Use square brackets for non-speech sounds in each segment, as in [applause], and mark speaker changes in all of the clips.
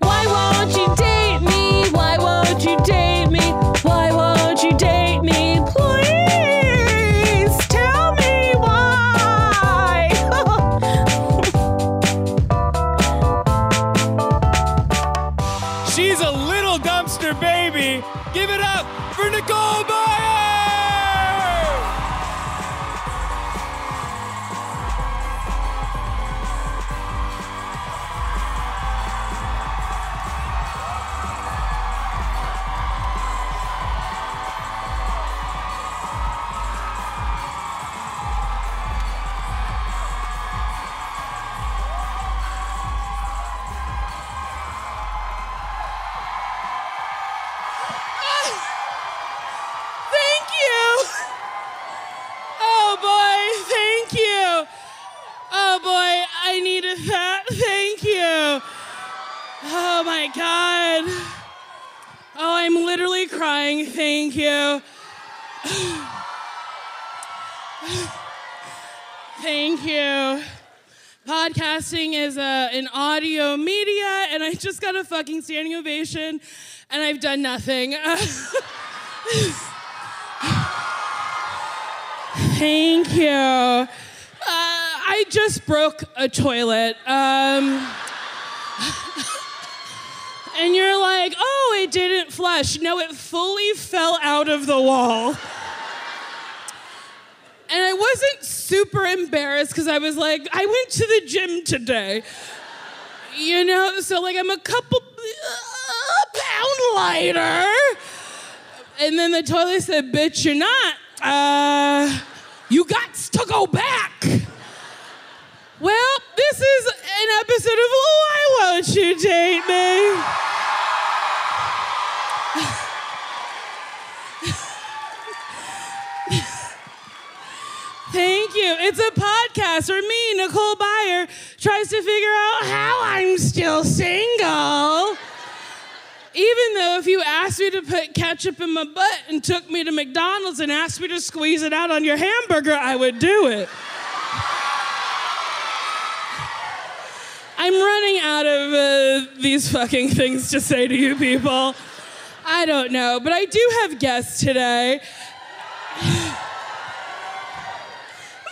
Speaker 1: Why won't you date me? Why won't you date me? Why won't you date me? Please tell me why. [laughs]
Speaker 2: She's a little dumpster baby. Give it up for Nicole Byer!
Speaker 3: Thank you. Oh boy, thank you. Oh boy, I needed that. Thank you. Oh my god. Oh, I'm literally crying. Thank you. Thank you. Podcasting is a, an audio media, and I just got a fucking standing ovation, and I've done nothing. [laughs] Thank you. Uh, I just broke a toilet. Um, and you're like, oh, it didn't flush. No, it fully fell out of the wall. And I wasn't super embarrassed because I was like, I went to the gym today. You know, so like I'm a couple uh, pound lighter. And then the toilet said, Bitch, you're not. Uh, you got to go back. Well, this is an episode of Why Won't You Date Me? Thank you. It's a podcast where me, Nicole Byer, tries to figure out how I'm still single. Even though if you asked me to put ketchup in my butt and took me to McDonald's and asked me to squeeze it out on your hamburger, I would do it. I'm running out of uh, these fucking things to say to you people. I don't know, but I do have guests today.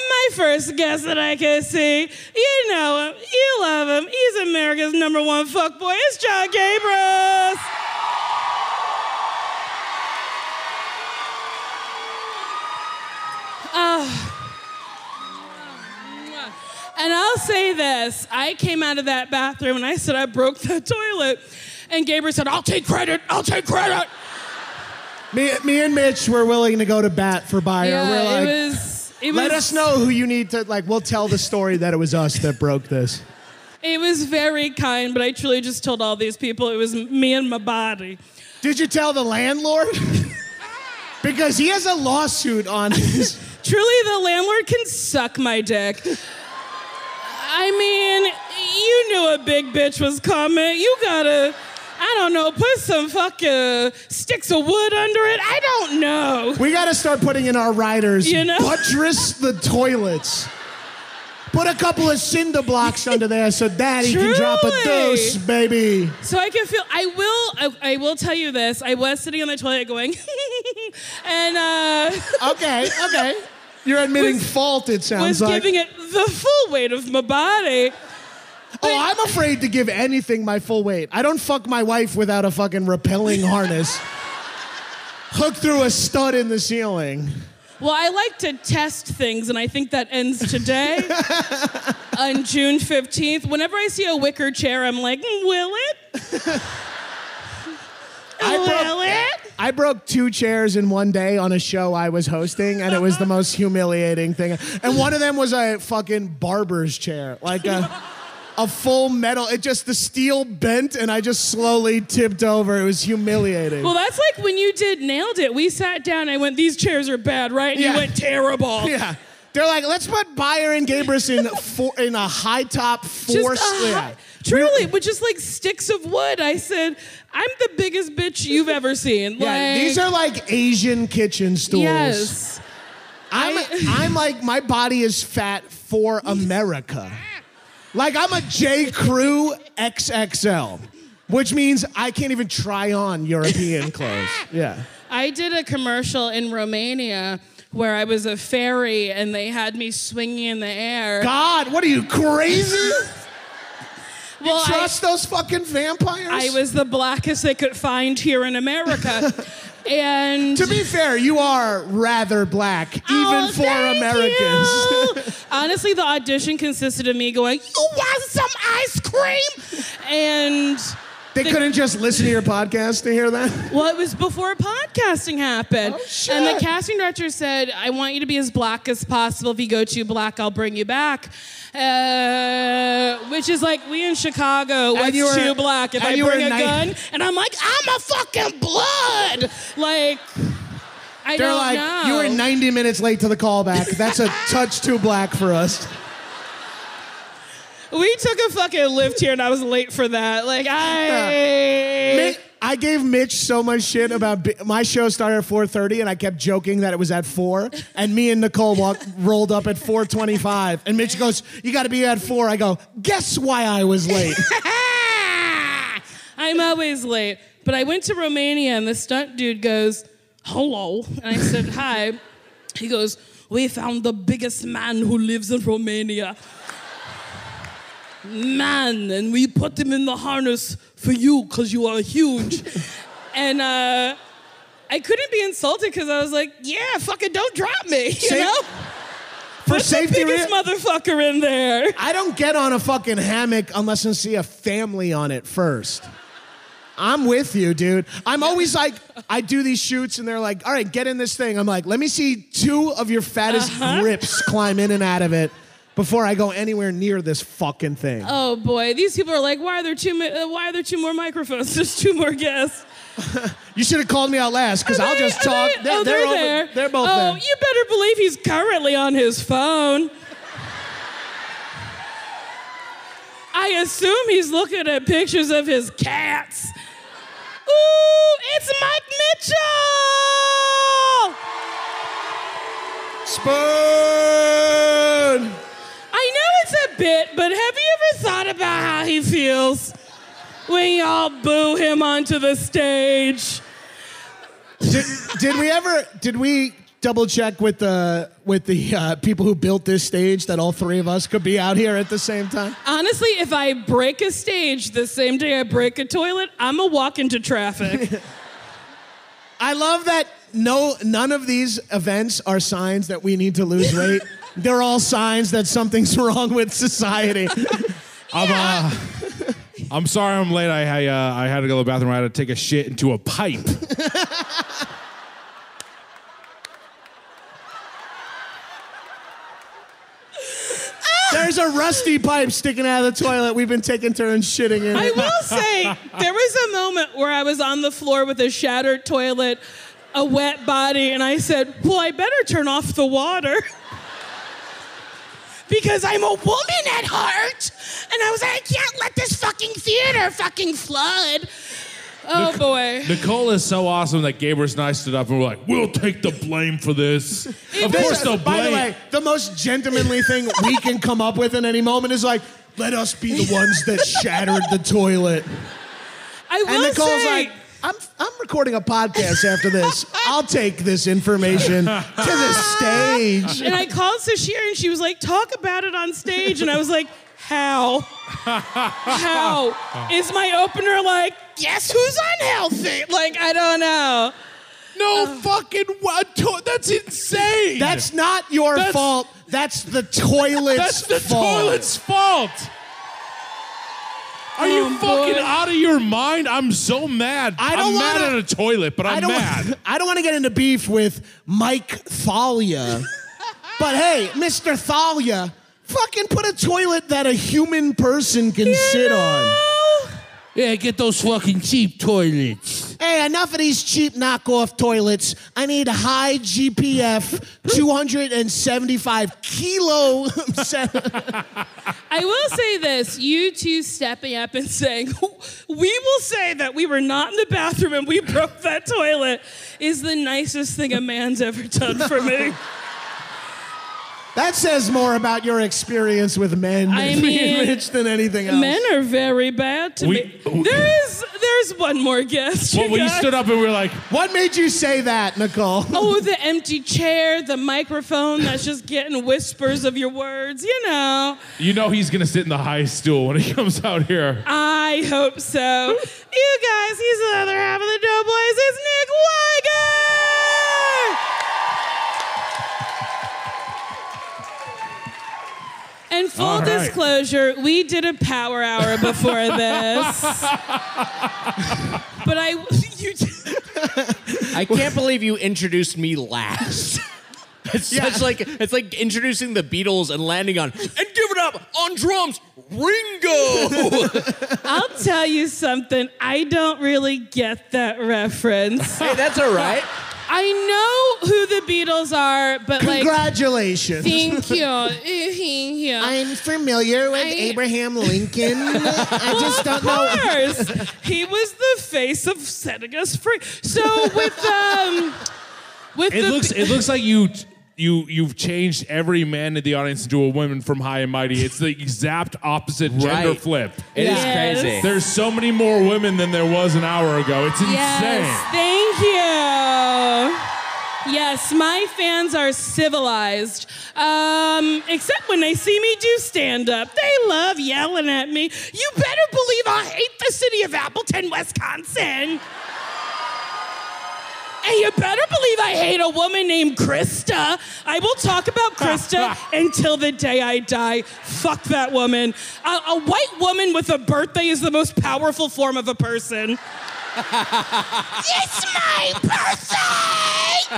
Speaker 3: My first guest that I could see, you know him, you love him, he's America's number one fuckboy, it's John Gabris. Ah, And I'll say this I came out of that bathroom and I said, I broke the toilet. And Gabriel said, I'll take credit, I'll take credit.
Speaker 4: Me, me and Mitch were willing to go to bat for Bayer. we're like,
Speaker 3: it was. It
Speaker 4: let
Speaker 3: was,
Speaker 4: us know who you need to like. We'll tell the story that it was us that broke this.
Speaker 3: It was very kind, but I truly just told all these people it was me and my body.
Speaker 4: Did you tell the landlord? [laughs] because he has a lawsuit on his.
Speaker 3: [laughs] Truly, the landlord can suck my dick. I mean, you knew a big bitch was coming. You gotta, I don't know, put some fucking sticks of wood under it. I don't know.
Speaker 4: We got to start putting in our riders.
Speaker 3: You know?
Speaker 4: Buttress the toilets. Put a couple of cinder blocks under there so daddy can drop a
Speaker 3: Truly.
Speaker 4: dose, baby.
Speaker 3: So I can feel. I will. I, I will tell you this. I was sitting on the toilet going, [laughs] and uh,
Speaker 4: Okay, okay.
Speaker 3: [laughs]
Speaker 4: You're admitting
Speaker 3: Was-
Speaker 4: fault, it sounds
Speaker 3: was
Speaker 4: like.
Speaker 3: giving it the full weight of my body.
Speaker 4: oh, I'm afraid to give anything my full weight. I don't fuck my wife without a fucking rappelling harness. Hooked through a stud in the ceiling.
Speaker 3: Well, I like to test things, and I think that ends
Speaker 4: [laughs]
Speaker 3: today on June 15th. Whenever I see a wicker chair, I'm like, "Mm, will it?
Speaker 4: [laughs] I
Speaker 3: will
Speaker 4: broke-
Speaker 3: it?
Speaker 4: I broke two chairs in one day on a show I was hosting, and it was the most humiliating thing. And one of them was a fucking barber's chair, like a, a full metal. It just the steel bent, and I just slowly tipped over. It was humiliating.
Speaker 3: Well, that's like when you did Nailed It. We sat down, I went, these chairs are bad, right? And
Speaker 4: Yeah.
Speaker 3: you went,
Speaker 4: [laughs]
Speaker 3: terrible.
Speaker 4: yeah, they're like, let's put Bayer and Gabrus in four, in a high top
Speaker 3: Just
Speaker 4: four
Speaker 3: a
Speaker 4: slip.
Speaker 3: hi- Truly, with just like sticks of wood. I said, I'm the biggest bitch you've ever seen.
Speaker 4: Yeah,
Speaker 3: like,
Speaker 4: these are like Asian kitchen stools.
Speaker 3: Yes.
Speaker 4: I'm, I'm like, my body is fat for America. Like, I'm a J. Crew XXL, which means I can't even try on [laughs] European clothes. Yeah.
Speaker 3: I did a commercial in Romania where I was a fairy and they had me swinging in the air.
Speaker 4: God, what are you, crazy?
Speaker 3: well, I-
Speaker 4: Trust those fucking vampires?
Speaker 3: I, was the blackest they could find here
Speaker 4: [laughs]
Speaker 3: in America. and
Speaker 4: To be fair, you are rather black, even
Speaker 3: Oh,
Speaker 4: for
Speaker 3: thank
Speaker 4: Americans.
Speaker 3: you.
Speaker 4: [laughs]
Speaker 3: Honestly, the audition consisted of me going, "You want some ice cream?" And
Speaker 4: They couldn't just listen to your podcast to hear that?
Speaker 3: well, it was before podcasting happened.
Speaker 4: Oh, shit.
Speaker 3: And the casting director said, "I want you to be as black as possible. If you go too black, I'll bring you back." Uh, which is like we in Chicago. What's
Speaker 4: you were-
Speaker 3: too black? If
Speaker 4: and
Speaker 3: I
Speaker 4: you were
Speaker 3: bring a
Speaker 4: nice-
Speaker 3: gun, and I'm like, I'm a fucking blood. Like. I
Speaker 4: They're
Speaker 3: don't
Speaker 4: like,
Speaker 3: know.
Speaker 4: you were 90 minutes late to the callback. That's a touch too black for us.
Speaker 3: We took a fucking lift here, and I was late for that. Like I,
Speaker 4: Mi- I gave Mitch so much shit about bi- my show started at 4:30 and I kept joking that it was at 4 and me and Nicole walked [laughs] rolled up at 4:25 and Mitch goes you got to be at 4 I go guess why I was late
Speaker 3: I'm always late. But I went to Romania, and the stunt dude goes, "Hello," and I said, "Hi." He goes, "We found the biggest man who lives in Romania." Man, and we put him in the harness for you because you are huge. and uh, I couldn't be insulted because I was like, yeah, fucking don't drop me, you
Speaker 4: Sa-
Speaker 3: know?
Speaker 4: for
Speaker 3: Put the
Speaker 4: safety
Speaker 3: biggest
Speaker 4: rea-
Speaker 3: motherfucker in there.
Speaker 4: [laughs] I don't get on a fucking hammock unless I see a family on it first. I'm with you, dude. I'm always like, I do these shoots and they're like, all right, get in this thing. I'm like, let me see two of your fattest
Speaker 3: Uh-huh.
Speaker 4: grips climb in and out of it before I go anywhere near this fucking thing.
Speaker 3: Oh boy, these people are like, why are there two? mi- Uh, why are there two more microphones? [laughs] There's two more guests.
Speaker 4: [laughs] you should have called me out last because I'll
Speaker 3: They-
Speaker 4: just talk.
Speaker 3: are They, oh, they're,
Speaker 4: over-
Speaker 3: there.
Speaker 4: they're both
Speaker 3: oh,
Speaker 4: there.
Speaker 3: you better believe he's currently on his phone. I assume he's looking at pictures of his cats. Ooh, it's Mike Mitchell.
Speaker 4: Spoon!
Speaker 3: I know it's a bit, but have you ever thought about how he feels when y'all boo him onto the stage?
Speaker 4: did, did we ever did we double check with the with the uh, people who built this stage that all three of us could be out here at the same time
Speaker 3: Honestly, if I break a stage the same day I break a toilet, I'm a walk into traffic.
Speaker 4: i love that no none of these events are signs that we need to lose weight they're all signs that something's [laughs] wrong with society
Speaker 2: I'm, uh, I'm sorry I'm late. I I, uh, I had to go to the bathroom. I had to take a shit into a pipe.
Speaker 4: There's a rusty pipe sticking out of the toilet. We've been taking turns shitting in.
Speaker 3: I
Speaker 4: it.
Speaker 3: will
Speaker 4: [laughs]
Speaker 3: say, there was a moment where I was on the floor with a shattered toilet, a wet body, and I said, Well, I better turn off the water. [laughs] Because I'm a woman at heart. And I was like, I can't let this fucking theater fucking flood. Oh boy.
Speaker 5: Nicole is so awesome that Gabriel and I stood up and were like, "We'll take the blame for this." of
Speaker 4: This-
Speaker 5: course, they'll blame.
Speaker 4: By the way, the most gentlemanly thing we can come up with in any moment is like, let us be the ones [laughs] that shattered the toilet.
Speaker 3: I will
Speaker 4: And Nicole's
Speaker 3: say,
Speaker 4: like, I'm, I'm recording a podcast after this. I'll take this information to [laughs] the stage.
Speaker 3: and I called Sashir and she was like, talk about it on stage. And I was like, how? How? Is my opener like, guess who's unhealthy? Like, I don't know.
Speaker 5: no fucking wa- to- That's insane.
Speaker 4: That's not your
Speaker 5: That's-
Speaker 4: fault. That's the toilet's
Speaker 5: That's the
Speaker 4: fault.
Speaker 5: toilet's fault. Are you
Speaker 3: Oh,
Speaker 5: fucking
Speaker 3: boy.
Speaker 5: out of your mind? I'm so mad.
Speaker 4: I
Speaker 5: am
Speaker 4: don't
Speaker 5: mad
Speaker 4: wanna-
Speaker 5: at a toilet, but I'm
Speaker 4: I don't.
Speaker 5: mad.
Speaker 4: I don't want to get into beef with Mike
Speaker 5: [laughs]
Speaker 4: Thalia, but hey, Mr. Thalia, fucking put a toilet that a human person can sit on.
Speaker 5: yeah, get those fucking cheap toilets.
Speaker 4: Hey, enough of these cheap knockoff toilets. I need a high GPF, 275 kilo. [laughs]
Speaker 3: I will say this you two stepping up and saying, we will say that we were not in the bathroom and we broke that toilet is the nicest thing a man's ever done
Speaker 4: [laughs]
Speaker 3: for me.
Speaker 4: that says more about your experience with men,
Speaker 3: I
Speaker 4: being
Speaker 3: mean,
Speaker 4: rich than anything else.
Speaker 3: Men are very bad to
Speaker 5: We-
Speaker 3: me. There is there's one more guest.
Speaker 5: Well,
Speaker 3: you
Speaker 5: we
Speaker 3: guys.
Speaker 5: stood up and we were like,
Speaker 4: What made you say that, Nicole?
Speaker 3: [laughs] Oh, the empty chair, the microphone that's just getting whispers of your words, you know.
Speaker 5: you know, he's gonna sit in the high stool when he comes out here.
Speaker 3: I hope so. you guys, he's the other half of the Doughboys. It's Nick Weiger! And full
Speaker 5: All right.
Speaker 3: disclosure, we did a power hour before
Speaker 5: [laughs]
Speaker 3: this. but I, you,
Speaker 6: I can't believe you introduced me last. [laughs] It's such like it's like introducing the Beatles and landing on and give it up on drums, Ringo.
Speaker 3: [laughs] I'll tell you something. I don't really get that reference.
Speaker 6: hey, that's all right.
Speaker 3: I know who the Beatles are, but like,
Speaker 4: Congratulations.
Speaker 3: thank
Speaker 4: [laughs]
Speaker 3: you, thank you.
Speaker 4: I'm familiar with
Speaker 3: I-
Speaker 4: Abraham Lincoln.
Speaker 3: [laughs]
Speaker 4: I just don't know.
Speaker 3: of course. he was the face of setting us free. So with um with
Speaker 5: It
Speaker 3: the
Speaker 5: looks it looks like you you you've changed every man in the audience into a woman from High and Mighty. It's the exact opposite gender
Speaker 6: Right.
Speaker 5: flip.
Speaker 6: It is
Speaker 3: Yes.
Speaker 6: crazy.
Speaker 5: There's so many more women than there was an hour ago. It's insane.
Speaker 3: Yes, thank you. Yes, my fans are civilized. Um, except when they see me do stand up. They love yelling at me. You better believe I hate the city of Appleton, Wisconsin. And you better believe I hate a woman named Krista. I will talk about Krista until the day I die. Fuck that woman. A, a white woman with a birthday is the most powerful form of a person. It's my birthday!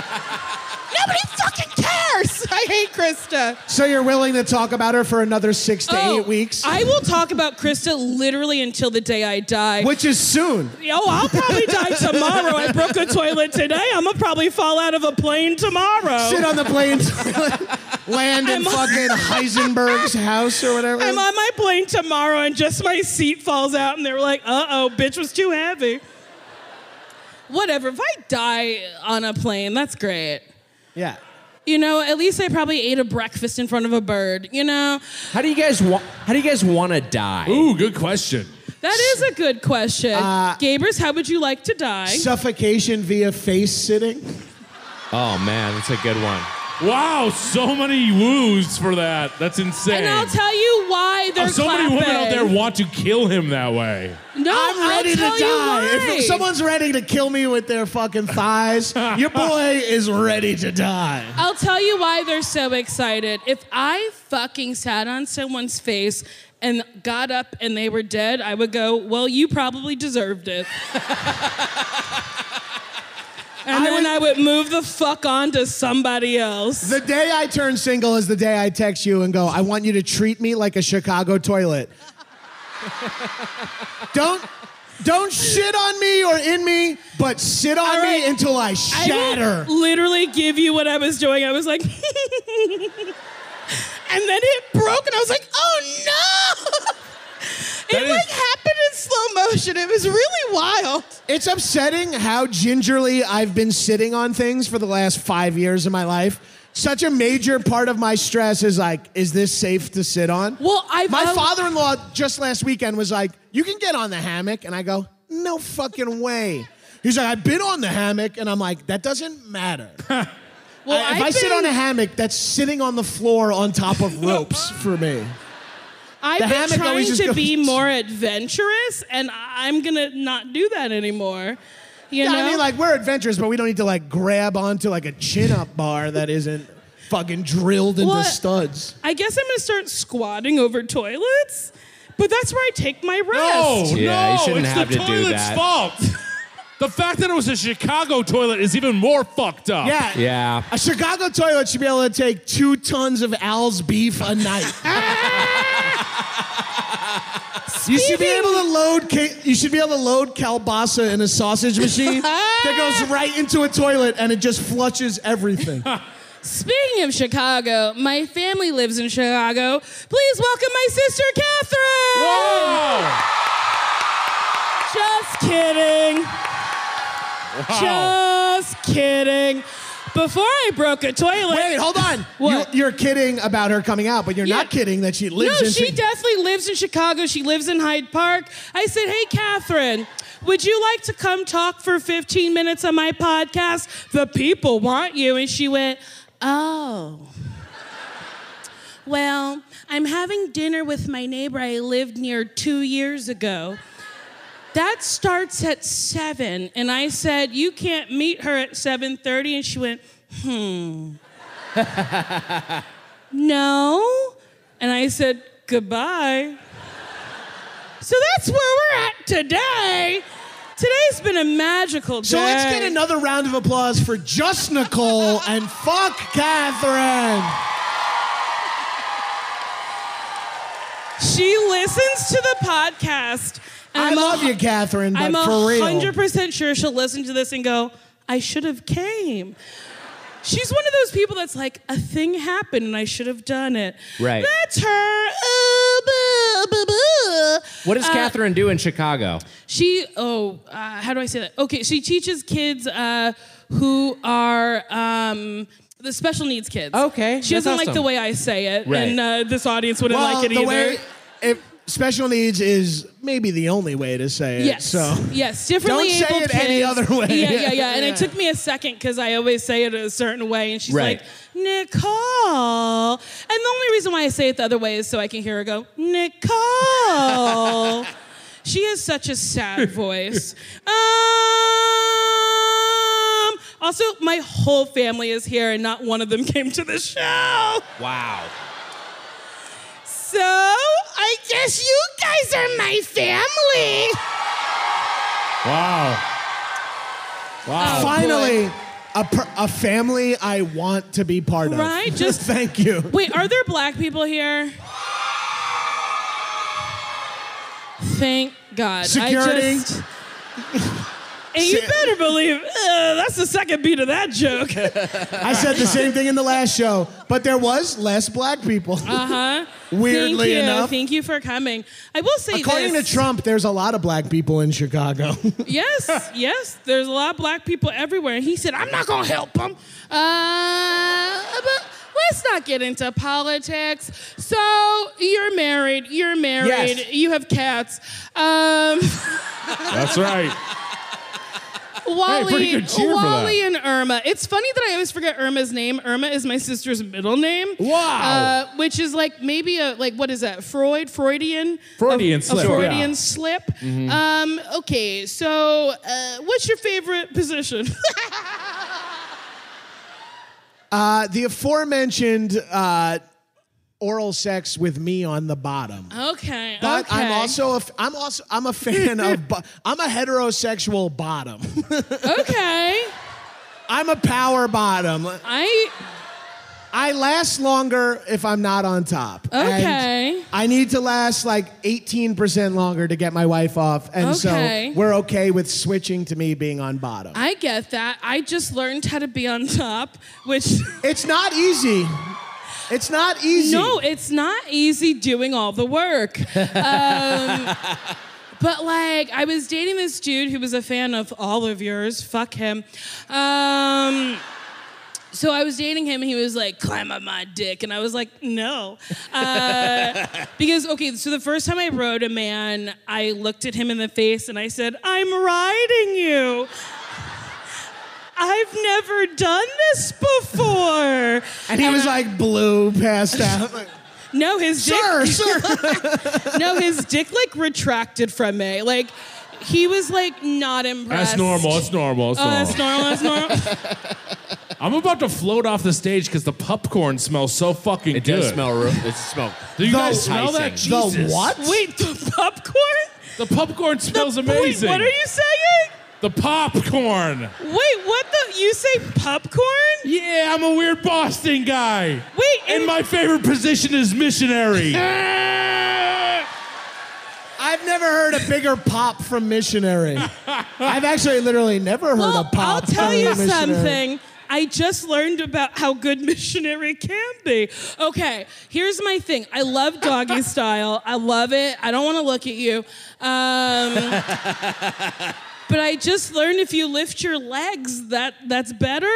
Speaker 3: Nobody fucking cares! [laughs] I hate Krista.
Speaker 4: So you're willing to talk about her for another six to
Speaker 3: Oh,
Speaker 4: eight weeks,
Speaker 3: I will talk about Krista literally until the day I die.
Speaker 4: which is soon.
Speaker 3: Oh, I'll probably
Speaker 4: [laughs]
Speaker 3: die tomorrow. I broke a toilet today. I'm gonna probably fall out of a plane tomorrow.
Speaker 4: Sit on the plane,
Speaker 3: [laughs]
Speaker 4: land in
Speaker 3: I'm-
Speaker 4: fucking
Speaker 3: [laughs]
Speaker 4: Heisenberg's house or whatever.
Speaker 3: I'm on my plane tomorrow and just my seat falls out and they were like, uh oh, bitch was too heavy. Whatever. If I die on a plane, that's great.
Speaker 4: yeah.
Speaker 3: You know, at least I probably ate a breakfast in front of a bird. You know,
Speaker 6: How do you guys want? How do you guys want to die?
Speaker 5: Ooh, good question.
Speaker 3: that is a good question.
Speaker 4: Uh,
Speaker 3: Gabers, how would you like to die?
Speaker 4: Suffocation via face sitting.
Speaker 6: Oh man, that's a good one.
Speaker 5: Wow, so many woos for that. That's insane.
Speaker 3: and I'll tell you why they're
Speaker 5: Oh, so
Speaker 3: clapping.
Speaker 5: many women out there want to kill him that way.
Speaker 3: No,
Speaker 4: I'm ready
Speaker 3: will
Speaker 4: to
Speaker 3: tell you
Speaker 4: die.
Speaker 3: why.
Speaker 4: If someone's ready to kill me with their fucking thighs, your boy is ready to die.
Speaker 3: I'll tell you why they're so excited. If I fucking sat on someone's face and got up and they were dead, I would go, Well, you probably deserved it. and
Speaker 4: I
Speaker 3: then
Speaker 4: was-
Speaker 3: I would move the fuck on to somebody else.
Speaker 4: The day I turn single is the day I text you and go, I want you to treat me like a Chicago toilet. don't don't shit on me or in me, but sit on
Speaker 3: All right.
Speaker 4: me until I
Speaker 3: I will
Speaker 4: shatter.
Speaker 3: literally give you what I was doing. I was like, [laughs] and then it broke, and I was like, oh no!
Speaker 5: That
Speaker 3: it
Speaker 5: is-
Speaker 3: like happened in slow motion. It was really wild.
Speaker 4: It's upsetting how gingerly I've been sitting on things for the last five years of my life. Such a major part of my stress is like, is this safe to sit on?
Speaker 3: Well, I've-
Speaker 4: my
Speaker 3: I've-
Speaker 4: father-in-law just last weekend was like, you can get on the hammock, and I go, no fucking way. He's like, I've been on the hammock, and I'm like, that doesn't matter.
Speaker 3: [laughs] Well,
Speaker 4: I- if
Speaker 3: I've
Speaker 4: I sit
Speaker 3: been-
Speaker 4: on a hammock, that's sitting on the floor on top of ropes for me.
Speaker 3: I've
Speaker 4: The
Speaker 3: been
Speaker 4: hammock
Speaker 3: trying
Speaker 4: always just
Speaker 3: to
Speaker 4: goes-
Speaker 3: be more adventurous, and I'm gonna not do that anymore. You
Speaker 4: Yeah,
Speaker 3: know,
Speaker 4: I mean, like we're adventurous, but we don't need to like grab onto like a chin-up bar that isn't fucking drilled into
Speaker 3: Well,
Speaker 4: studs.
Speaker 3: I guess I'm gonna start squatting over toilets, but that's where I take my
Speaker 5: No,
Speaker 3: rest.
Speaker 6: Yeah, you
Speaker 5: Oh, no,
Speaker 6: shouldn't
Speaker 5: it's
Speaker 6: have
Speaker 5: the
Speaker 6: to do
Speaker 5: toilet's
Speaker 6: that.
Speaker 5: fault. the fact that it was a Chicago toilet is even more fucked up.
Speaker 4: Yeah.
Speaker 6: Yeah.
Speaker 4: A Chicago toilet should be able to take two tons of Al's beef a
Speaker 3: [laughs]
Speaker 4: night. you should be able to load. Ca- you should be able to load calbasa in a sausage machine that
Speaker 3: [laughs]
Speaker 4: goes right into a toilet and it just flushes everything.
Speaker 3: Speaking of Chicago, my family lives in Chicago. Please welcome my sister Catherine.
Speaker 5: Whoa!
Speaker 3: Just kidding. Just [laughs] kidding. Before I broke a toilet.
Speaker 4: Wait, hold on.
Speaker 3: What?
Speaker 4: You, are kidding about her coming out, but you're
Speaker 3: Yeah.
Speaker 4: not kidding that she lives
Speaker 3: No,
Speaker 4: in.
Speaker 3: she
Speaker 4: Chi-
Speaker 3: definitely lives in Chicago. She lives in Hyde Park. I said, Hey, Catherine, would you like to come talk for 15 minutes on my podcast? The people want you. And she went, Oh. Well, I'm having dinner with my neighbor I lived near two years ago. That starts at seven, and I said you can't meet her at seven thirty, and she went, "Hmm." no. And I said, goodbye. So that's where we're at today. Today's been a magical day.
Speaker 4: So let's get another round of applause for just Nicole and fuck Catherine.
Speaker 3: She listens to the podcast. and
Speaker 4: I
Speaker 3: I'm a-
Speaker 4: love you, Catherine, but
Speaker 3: I'm
Speaker 4: for real.
Speaker 3: 100% sure she'll listen to this and go, I should have came. She's one of those people that's like, a thing happened and I should have done it.
Speaker 6: Right.
Speaker 3: That's her. Uh, buh, buh, buh.
Speaker 6: What does
Speaker 3: Uh,
Speaker 6: Catherine do in Chicago?
Speaker 3: She, oh, uh, how do I say that? Okay, she teaches kids uh, who are um, the special needs kids.
Speaker 6: Okay,
Speaker 3: She
Speaker 6: that's
Speaker 3: doesn't like
Speaker 6: awesome.
Speaker 3: the way I say it,
Speaker 6: Right.
Speaker 3: and uh, this audience wouldn't
Speaker 4: well,
Speaker 3: like it
Speaker 4: the
Speaker 3: either.
Speaker 4: way if special needs is maybe the only way to say it.
Speaker 3: Yes.
Speaker 4: So
Speaker 3: yes, differently
Speaker 4: Don't say
Speaker 3: abled
Speaker 4: it any
Speaker 3: kids.
Speaker 4: other way.
Speaker 3: Yeah, yeah, yeah. And
Speaker 4: Yeah.
Speaker 3: it took me a second because I always say it a certain way, and she's
Speaker 6: Right.
Speaker 3: like, Nicole. And the only reason why I say it the other way is so I can hear her go, Nicole. [laughs] she has such
Speaker 4: [laughs]
Speaker 3: a sad voice. Um. Also, my whole family is here, and not one of them [laughs] came to the show.
Speaker 6: Wow.
Speaker 3: So I guess you guys are my family.
Speaker 5: Wow. Wow.
Speaker 4: finally, a, per- a family I want to be part of. [laughs]
Speaker 3: Right? Just-
Speaker 4: thank you.
Speaker 3: Wait, are there black people here? Thank God. I
Speaker 4: Security.
Speaker 3: just, and you better believe uh, that's the second beat of that joke.
Speaker 4: [laughs] I said the same thing in the last show, but there was less black people.
Speaker 3: Uh-huh.
Speaker 4: [laughs] Weirdly
Speaker 3: Thank you.
Speaker 4: enough.
Speaker 3: Thank you for coming. I will say
Speaker 4: According
Speaker 3: this.
Speaker 4: to Trump, there's a lot of black people in Chicago. [laughs]
Speaker 3: Yes, yes. There's a lot of black people everywhere. And he said, I'm not going to help them. Uh, but let's not get into politics. So you're married. You're married.
Speaker 6: Yes.
Speaker 3: You have cats. Um, [laughs]
Speaker 5: That's right.
Speaker 3: Wally,
Speaker 5: pretty good cheer for that.
Speaker 3: Wally and Irma. It's funny that I always forget Irma's name. Irma is my sister's middle name.
Speaker 5: Wow.
Speaker 3: Uh, which is like maybe a, like, what is that? Freud? Freudian?
Speaker 5: Freudian
Speaker 3: A-
Speaker 5: slip,
Speaker 3: A
Speaker 5: yeah. Mm-hmm.
Speaker 3: Freudian slip. Um, okay, so uh, what's your favorite position? [laughs]
Speaker 4: Uh, the aforementioned uh, oral sex with me on the bottom.
Speaker 3: Okay.
Speaker 4: But
Speaker 3: Oh, okay.
Speaker 4: I'm also a f- I'm also
Speaker 3: [laughs]
Speaker 4: I'm a fan of bo- I'm a heterosexual bottom.
Speaker 3: okay.
Speaker 4: I'm a power bottom.
Speaker 3: I
Speaker 4: I last longer if I'm not on top.
Speaker 3: Okay.
Speaker 4: And I need to last like 18% longer to get my wife off. And
Speaker 3: Okay.
Speaker 4: so we're okay with switching to me being on bottom.
Speaker 3: I get that. I just learned how to be on top, which [laughs]
Speaker 4: it's not easy. It's not easy.
Speaker 3: no, it's not easy doing all
Speaker 4: [laughs]
Speaker 3: the work. Um, but like, I was dating this dude who was a fan of all of yours. Fuck him. Um, so I was dating him, and he was like, "Climb up my dick," and I was like, "No,"
Speaker 4: [laughs]
Speaker 3: uh, because okay. So the first time I rode a man, I looked at him in the face and I said, "I'm riding you." I've never done this before.
Speaker 4: And he was like blue, passed out. I'm like,
Speaker 3: [laughs] No, his dick. [laughs]
Speaker 4: sir, sir.
Speaker 3: No, his dick like retracted from me. Like he was like not
Speaker 5: That's
Speaker 3: impressed.
Speaker 5: normal. That's normal. That's
Speaker 3: Oh,
Speaker 5: normal.
Speaker 3: that's normal. That's normal.
Speaker 5: I'm about to float off the stage because the popcorn smells so fucking
Speaker 6: It
Speaker 5: good.
Speaker 6: does smell. Ro- it smells.
Speaker 5: [laughs] Do you guys
Speaker 6: The-
Speaker 5: smell that?
Speaker 6: The
Speaker 5: Jesus.
Speaker 4: what?
Speaker 3: Wait, the popcorn?
Speaker 5: The popcorn smells
Speaker 3: Wait,
Speaker 5: amazing.
Speaker 3: what are you saying?
Speaker 5: The popcorn.
Speaker 3: Wait, what the? You say popcorn?
Speaker 5: Yeah, I'm a weird Boston guy.
Speaker 3: Wait,
Speaker 5: And
Speaker 3: in-
Speaker 5: my favorite position is
Speaker 3: [laughs]
Speaker 5: missionary.
Speaker 4: I've never heard a bigger pop from missionary. I've actually literally never heard
Speaker 3: Well,
Speaker 4: a pop.
Speaker 3: I'll tell
Speaker 4: from
Speaker 3: you
Speaker 4: missionary.
Speaker 3: something. I just learned about how good [laughs] missionary can be. Okay, here's my thing. I love doggy [laughs] style. I love it. I don't want to look at you. Um, but I just learned if you lift your legs, that that's better.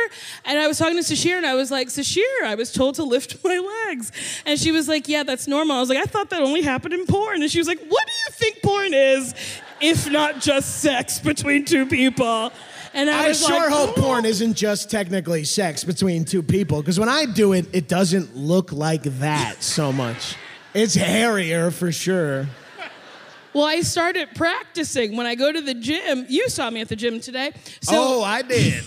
Speaker 3: And I was talking to Sashir, and I was like, Sashir, I was told to lift [laughs] my legs, and she was like, Yeah, that's normal. I was like, I thought that only happened in porn, and she was like, What do you think porn is, if not just sex between two people? And I,
Speaker 4: I
Speaker 3: was
Speaker 4: sure
Speaker 3: like, "Oh."
Speaker 4: hope porn isn't just technically sex between two people, because when I do it, it doesn't look like that so much. It's hairier for sure.
Speaker 3: Well, I started practicing when I go to the gym. You saw me at the gym today, so
Speaker 4: oh, I did.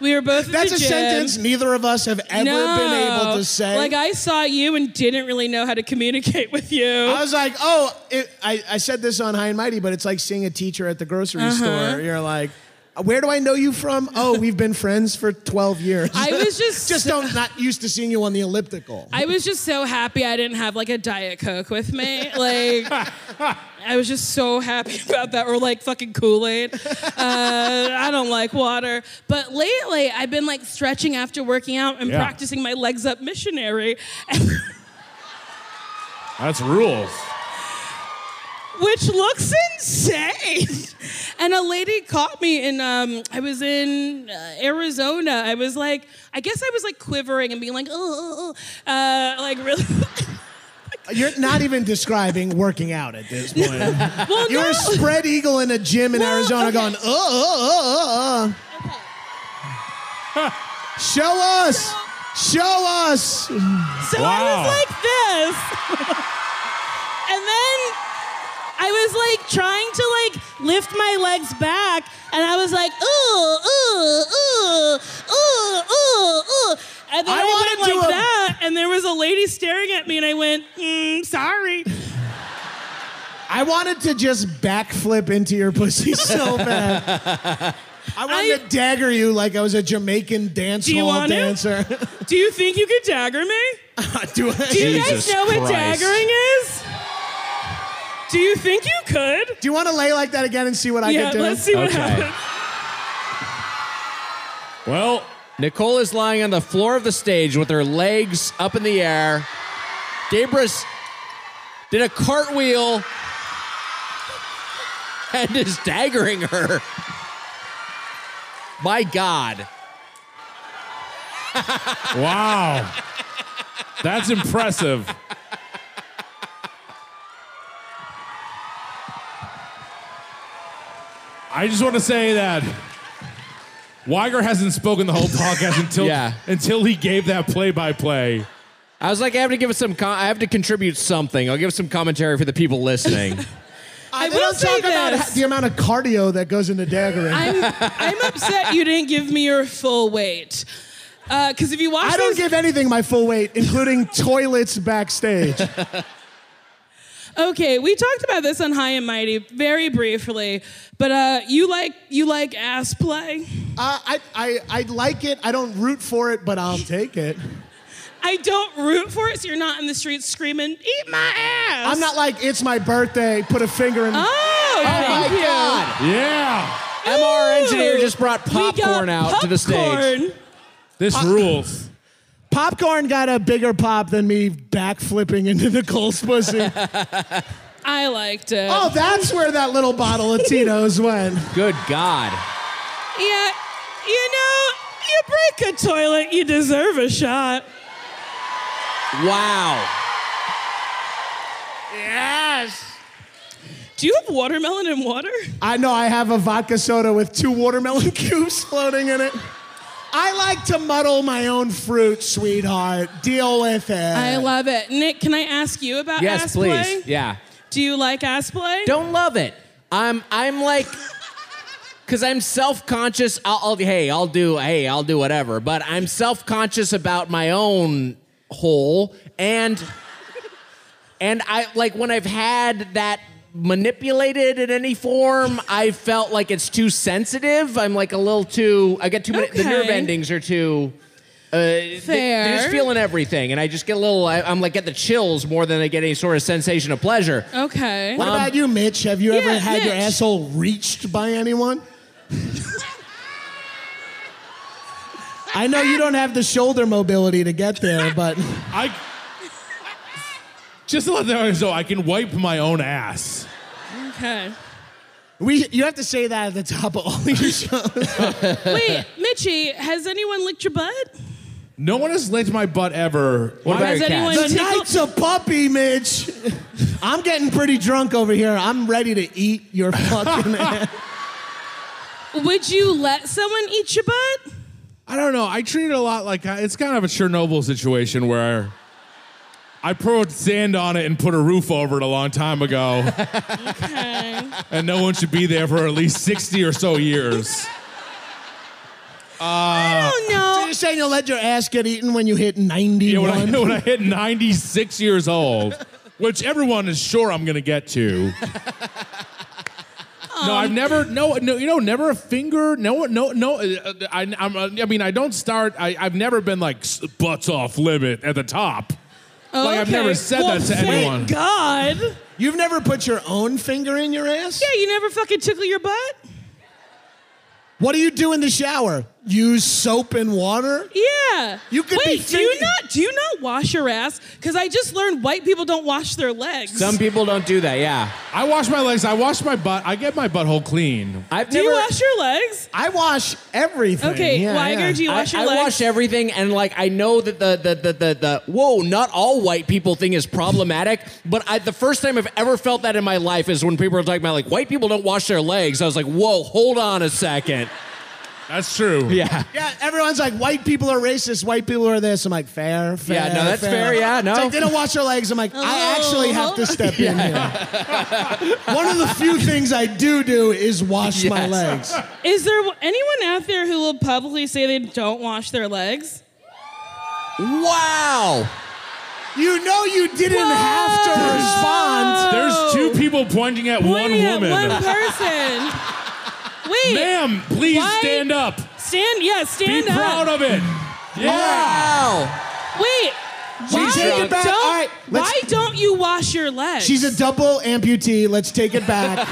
Speaker 3: we were both. At
Speaker 4: That's
Speaker 3: the
Speaker 4: a
Speaker 3: gym.
Speaker 4: sentence neither of us have ever
Speaker 3: no.
Speaker 4: been able to say.
Speaker 3: Like I saw you and didn't really know how to communicate [laughs] with you.
Speaker 4: I was like, oh, it, I, I said this on High and Mighty, but it's like seeing a teacher at the grocery
Speaker 3: Uh-huh.
Speaker 4: store. You're like, where do I know you from?
Speaker 3: [laughs]
Speaker 4: Oh, we've been friends for 12 years.
Speaker 3: I was
Speaker 4: [laughs]
Speaker 3: just-
Speaker 4: just don't, not used to seeing you on the elliptical.
Speaker 3: I was just so happy I didn't have like a Diet Coke with me. Like, I was just so happy [laughs] about that. Or like fucking Kool Aid. Uh, I don't like water. But lately, I've been like stretching after working out and
Speaker 5: Yeah.
Speaker 3: practicing my legs up missionary,
Speaker 5: That's rules.
Speaker 3: which looks insane. [laughs] And a lady caught me in, um, I was in uh, Arizona. I was like, I guess I was like quivering and being like, oh, oh, oh," uh, like really.
Speaker 4: You're not even describing working out at this point.
Speaker 3: [laughs] Well,
Speaker 4: You're
Speaker 3: no.
Speaker 4: a spread eagle in a gym in
Speaker 3: Well,
Speaker 4: Arizona
Speaker 3: okay.
Speaker 4: going, uh, uh, uh, uh. Show us! Show us!
Speaker 3: So I was
Speaker 5: Wow.
Speaker 3: like this. and then I was like trying to like lift my legs back and I was like, ooh, ooh, ooh, ooh, ooh, ooh. And then
Speaker 4: I
Speaker 3: I,
Speaker 4: wanna
Speaker 3: went
Speaker 4: do
Speaker 3: like
Speaker 4: a-
Speaker 3: that and there was a lady staring at me and I went, mm, sorry.
Speaker 4: I wanted to just backflip into your
Speaker 3: [laughs]
Speaker 4: pussy [laughs] so bad.
Speaker 6: [laughs]
Speaker 4: I wanted
Speaker 3: I-
Speaker 4: to dagger you like I was a Jamaican dance
Speaker 3: Do you
Speaker 4: hall
Speaker 3: want to?
Speaker 4: dancer.
Speaker 3: Do you think you could dagger me?
Speaker 4: [laughs] Do
Speaker 3: Do
Speaker 4: I-
Speaker 3: you
Speaker 5: Jesus
Speaker 3: guys know what
Speaker 5: Christ.
Speaker 3: daggering is? Do you think you could?
Speaker 4: Do you want to lay like that again and see what I can
Speaker 3: yeah,
Speaker 4: do?
Speaker 3: let's see what
Speaker 6: Okay.
Speaker 3: happens.
Speaker 5: Well,
Speaker 6: Nicole is lying on the floor of the stage with her legs up in the air. Gabrus did a cartwheel and is daggering her. My God.
Speaker 5: wow. That's impressive. I just want to say that Weiger hasn't spoken the whole podcast until
Speaker 6: Yeah.
Speaker 5: until he gave that play by play.
Speaker 6: I was like, I have to give it some. Com- I have to contribute something. I'll give some commentary for the people
Speaker 3: [laughs]
Speaker 6: listening.
Speaker 4: I
Speaker 3: will
Speaker 4: don't
Speaker 3: say
Speaker 4: talk about
Speaker 3: this.
Speaker 4: h- the amount of cardio that goes into daggering.
Speaker 3: I'm, I'm upset you didn't give me your full weight. Because if you watch
Speaker 4: I don't
Speaker 3: those-
Speaker 4: give anything my full weight, including toilets backstage.
Speaker 3: Okay, we talked about this on High and Mighty very briefly, but uh, you like you like ass play.
Speaker 4: Uh, I, I, [laughs] I like it. I don't root for it, but I'll take it.
Speaker 3: I don't root for it, so you're not in the streets screaming, "Eat my ass!"
Speaker 4: I'm not like, it's my birthday, put a finger in.
Speaker 3: Oh, thank
Speaker 6: my
Speaker 3: you.
Speaker 6: God.
Speaker 5: Yeah.
Speaker 6: MR engineer
Speaker 3: Ooh.
Speaker 6: just brought
Speaker 3: We got
Speaker 6: popcorn out to the stage.
Speaker 3: popcorn. Uh,
Speaker 5: This rules.
Speaker 4: Popcorn got a bigger pop than me backflipping into Nicole's pussy.
Speaker 3: [laughs] I liked it.
Speaker 4: oh, that's where that little bottle of Tito's went.
Speaker 6: Good God.
Speaker 3: Yeah, you know, you break a toilet, you deserve a shot.
Speaker 6: Wow.
Speaker 3: Do you have watermelon and water?
Speaker 4: I know I have a vodka soda with two watermelon [laughs] cubes floating in it. I like to muddle my own fruit, sweetheart. Deal with it.
Speaker 3: I love it. Nick, can I ask you about
Speaker 6: Yes,
Speaker 3: ass
Speaker 6: please.
Speaker 3: play?
Speaker 6: Yeah.
Speaker 3: Do you like ass play?
Speaker 6: Don't love it. I'm I'm like [laughs] cuz I'm self-conscious. I'll, I'll hey, I'll do hey, I'll do whatever, but I'm self-conscious about my own hole and and I like when I've had that manipulated in any form, I felt like it's too sensitive. I'm like a little too I get too many the nerve
Speaker 3: Okay.
Speaker 6: endings are too
Speaker 3: Fair.
Speaker 6: they're just feeling everything, and I just get a little. I, I'm like get the chills more than I get any sort of sensation of pleasure.
Speaker 3: okay.
Speaker 4: What about you, Mitch? Have you ever
Speaker 3: yeah,
Speaker 4: had your
Speaker 3: Mitch.
Speaker 4: asshole reached by anyone? I know you don't have the shoulder mobility to get there, but
Speaker 5: I just to let the audience know I can wipe my own ass.
Speaker 3: Okay.
Speaker 4: we you have to say that at the top of all your shows.
Speaker 3: Wait, Mitchie, has anyone licked your butt?
Speaker 5: No one has licked my butt ever. What
Speaker 6: about
Speaker 3: Has
Speaker 6: your cat?
Speaker 3: anyone
Speaker 4: The
Speaker 3: tickled-
Speaker 4: night's a puppy, Mitch. I'm getting pretty drunk over here. I'm ready to eat your
Speaker 3: [laughs]
Speaker 4: fucking
Speaker 3: Oh,
Speaker 4: ass.
Speaker 3: Would you let someone eat your butt?
Speaker 5: I don't know. I treat it a lot like uh, it's kind of a Chernobyl situation where I poured sand on it and put a roof over it a long time ago,
Speaker 3: Okay.
Speaker 5: and no one should be there for at least 60 or so years.
Speaker 3: I don't
Speaker 4: So
Speaker 3: know.
Speaker 4: you're saying you'll let your ass get eaten when you hit 91?
Speaker 5: Yeah, when I, when I hit 96 years old, which everyone is sure I'm going to get to. No,
Speaker 3: Um,
Speaker 5: I've never no no you know never a finger no no no uh, I I'm, uh, I mean I don't start I I've never been like s- butts off limit at the top. Like I've
Speaker 3: Okay.
Speaker 5: never said
Speaker 3: Well,
Speaker 5: that to
Speaker 3: thank
Speaker 5: anyone.
Speaker 3: God. Yeah,
Speaker 4: You've never put your own finger in your ass?
Speaker 3: you never fucking tickle your butt?
Speaker 4: What do you do in the shower? Use soap and water?
Speaker 3: Yeah.
Speaker 4: You could be
Speaker 3: Wait, do you
Speaker 4: thinking-
Speaker 3: not do you not wash your ass? Because I just learned white people don't wash their legs.
Speaker 6: Some
Speaker 4: [laughs]
Speaker 6: people don't do that. Yeah,
Speaker 5: I wash my legs. I wash my butt. I get my butthole clean.
Speaker 6: I've
Speaker 3: do you
Speaker 6: never.
Speaker 3: wash your legs?
Speaker 4: I wash everything.
Speaker 3: Okay,
Speaker 4: yeah,
Speaker 3: Weiger,
Speaker 4: yeah.
Speaker 3: do you
Speaker 6: I,
Speaker 3: wash
Speaker 6: I
Speaker 3: your legs?
Speaker 6: wash everything, and like I know that the the, the the the whoa, not all white people thing is problematic. But I, the first time I've ever felt that in my life is when people are talking about like white people don't wash their legs. I was like, whoa, hold on a second.
Speaker 5: That's true.
Speaker 6: Yeah,
Speaker 4: Yeah, everyone's like, white people are racist, white people are this. I'm like, fair, fair.
Speaker 6: Yeah, no, that's fair, yeah,
Speaker 4: It's
Speaker 6: no.
Speaker 4: like, they don't wash their legs. I'm like, I actually have to step in here. One of the few things I do do is wash my
Speaker 6: Yes.
Speaker 4: legs.
Speaker 3: Is there w- anyone out there who will publicly say they don't wash their legs?
Speaker 6: wow.
Speaker 4: You know you didn't have to
Speaker 3: Whoa.
Speaker 4: respond.
Speaker 5: There's two people pointing at
Speaker 3: Oh. Pointing
Speaker 5: one
Speaker 3: at
Speaker 5: woman. [laughs]
Speaker 3: one person. Wait,
Speaker 5: Ma'am, please
Speaker 3: Why-
Speaker 5: stand up.
Speaker 3: stand. Yeah, stand
Speaker 5: Be proud
Speaker 3: up.
Speaker 5: of it. Yeah.
Speaker 6: Wow.
Speaker 3: Wait, why
Speaker 4: take it back.
Speaker 3: don't
Speaker 4: All right, let's-
Speaker 3: why don't you wash your legs?
Speaker 4: She's a double amputee. Let's take it back.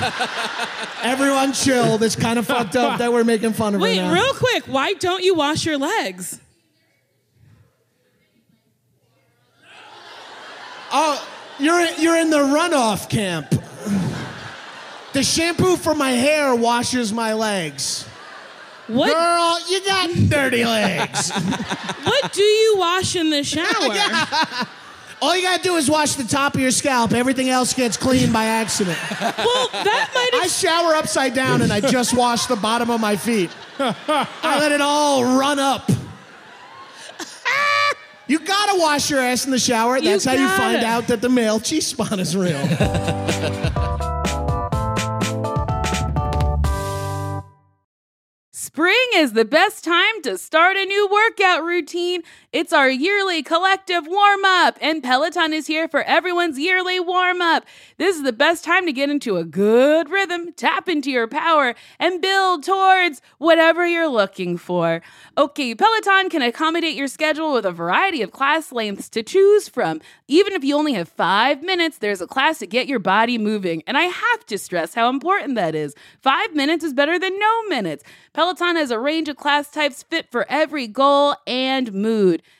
Speaker 4: Everyone chill. That's kind of fucked up that we're making fun of
Speaker 3: Wait,
Speaker 4: her now.
Speaker 3: real quick, why don't you wash your legs?
Speaker 4: Oh, You're you're in the runoff camp. The shampoo for my hair washes my legs.
Speaker 3: What
Speaker 4: Girl, you got dirty legs.
Speaker 3: what do you wash in
Speaker 4: [laughs]
Speaker 3: the shower?
Speaker 4: All you gotta do is wash the top of your scalp. Everything else gets clean by accident.
Speaker 3: Well, that might
Speaker 4: I shower upside down and I just wash the bottom of my feet. I let it all run up. You gotta wash your ass in the shower. That's how you find
Speaker 3: gotta.
Speaker 4: out that the male cheese spawn is real.
Speaker 1: Spring is the best time to start a new workout routine. It's our yearly collective warm up, and Peloton is here for everyone's yearly warm up. This is the best time to get into a good rhythm, tap into your power, and build towards whatever you're looking for. Okay, Peloton can accommodate your schedule with a variety of class lengths to choose from. Even if you only have five minutes, there's a class to get your body moving. And I have to stress how important that is. Five minutes is better than no minutes. Peloton has a range of class types fit for every goal and mood.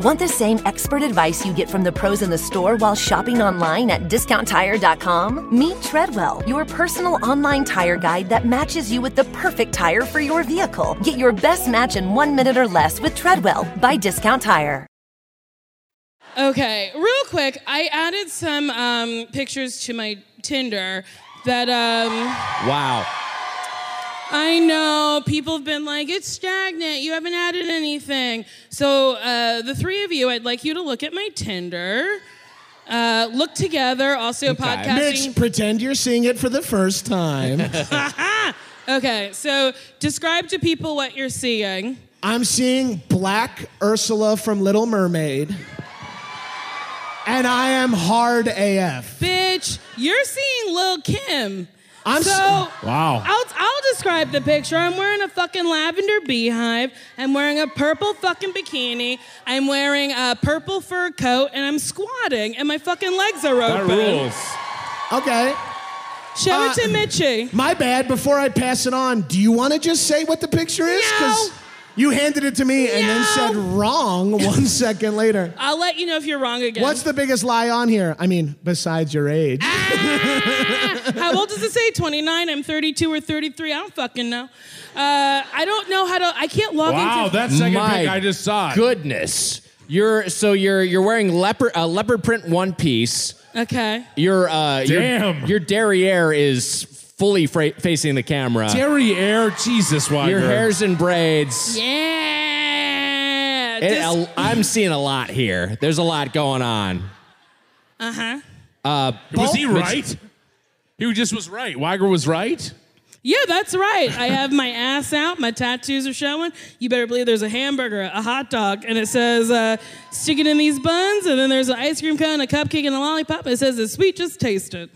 Speaker 7: Want the same expert advice you get from the pros in the store while shopping online at discounttire.com? Meet Treadwell, your personal online tire guide that matches you with the perfect tire for your vehicle. Get your best match in one minute or less with Treadwell by Discount Tire.
Speaker 3: Okay, real quick, I added some um, pictures to my Tinder that um,
Speaker 6: Wow.
Speaker 3: I know people have been like, it's stagnant, you haven't added anything. So, uh, the three of you, I'd like you to look at my Tinder. Uh, look together, also podcasting.
Speaker 4: Mitch, pretend you're seeing it for the first time.
Speaker 3: Okay, so describe to people what you're seeing.
Speaker 4: I'm seeing black Ursula from Little Mermaid. And I am hard AF.
Speaker 3: Bitch, you're seeing Lil Kim.
Speaker 4: I'm
Speaker 3: so
Speaker 4: s-
Speaker 5: Wow.
Speaker 3: I'll, I'll describe the picture. I'm wearing a fucking lavender beehive. I'm wearing a purple fucking bikini. I'm wearing a purple fur coat, and I'm squatting, and my fucking legs are
Speaker 5: That
Speaker 3: open.
Speaker 5: rules.
Speaker 4: Okay.
Speaker 3: Show it
Speaker 4: Uh,
Speaker 3: to Mitchie.
Speaker 4: My bad. Before I pass it on, do you want to just say what the picture is?
Speaker 3: No.
Speaker 4: you handed it to me and then
Speaker 3: No.
Speaker 4: said wrong [laughs] one second later.
Speaker 3: I'll let you know if you're wrong again.
Speaker 4: What's the biggest lie on here? I mean, besides your age.
Speaker 3: [laughs] Ah. How old does it say? 29. I'm 32 or 33. I don't fucking know. Uh, I don't know how to. I can't log
Speaker 5: Wow,
Speaker 3: into.
Speaker 5: that second
Speaker 6: My
Speaker 5: pick I just saw. it.
Speaker 6: Goodness. You're so you're you're wearing leopard a leopard print one piece.
Speaker 3: okay.
Speaker 6: Your uh your-
Speaker 5: Damn.
Speaker 6: Your, derriere is fully fra- facing the camera.
Speaker 5: Derriere, Jesus, Weiger.
Speaker 6: your hair's in braids.
Speaker 3: Yeah.
Speaker 6: It- a- I'm seeing a lot here. There's a lot going on.
Speaker 3: uh huh.
Speaker 5: Was he right? He just was right. Weiger was right.
Speaker 3: Yeah, that's right. I have my ass out. My tattoos are showing. You better believe there's a hamburger, a hot dog, and it says, uh, stick it in these buns. And then there's an ice cream cone, a cupcake, and a lollipop. It says, it's sweet, just taste it.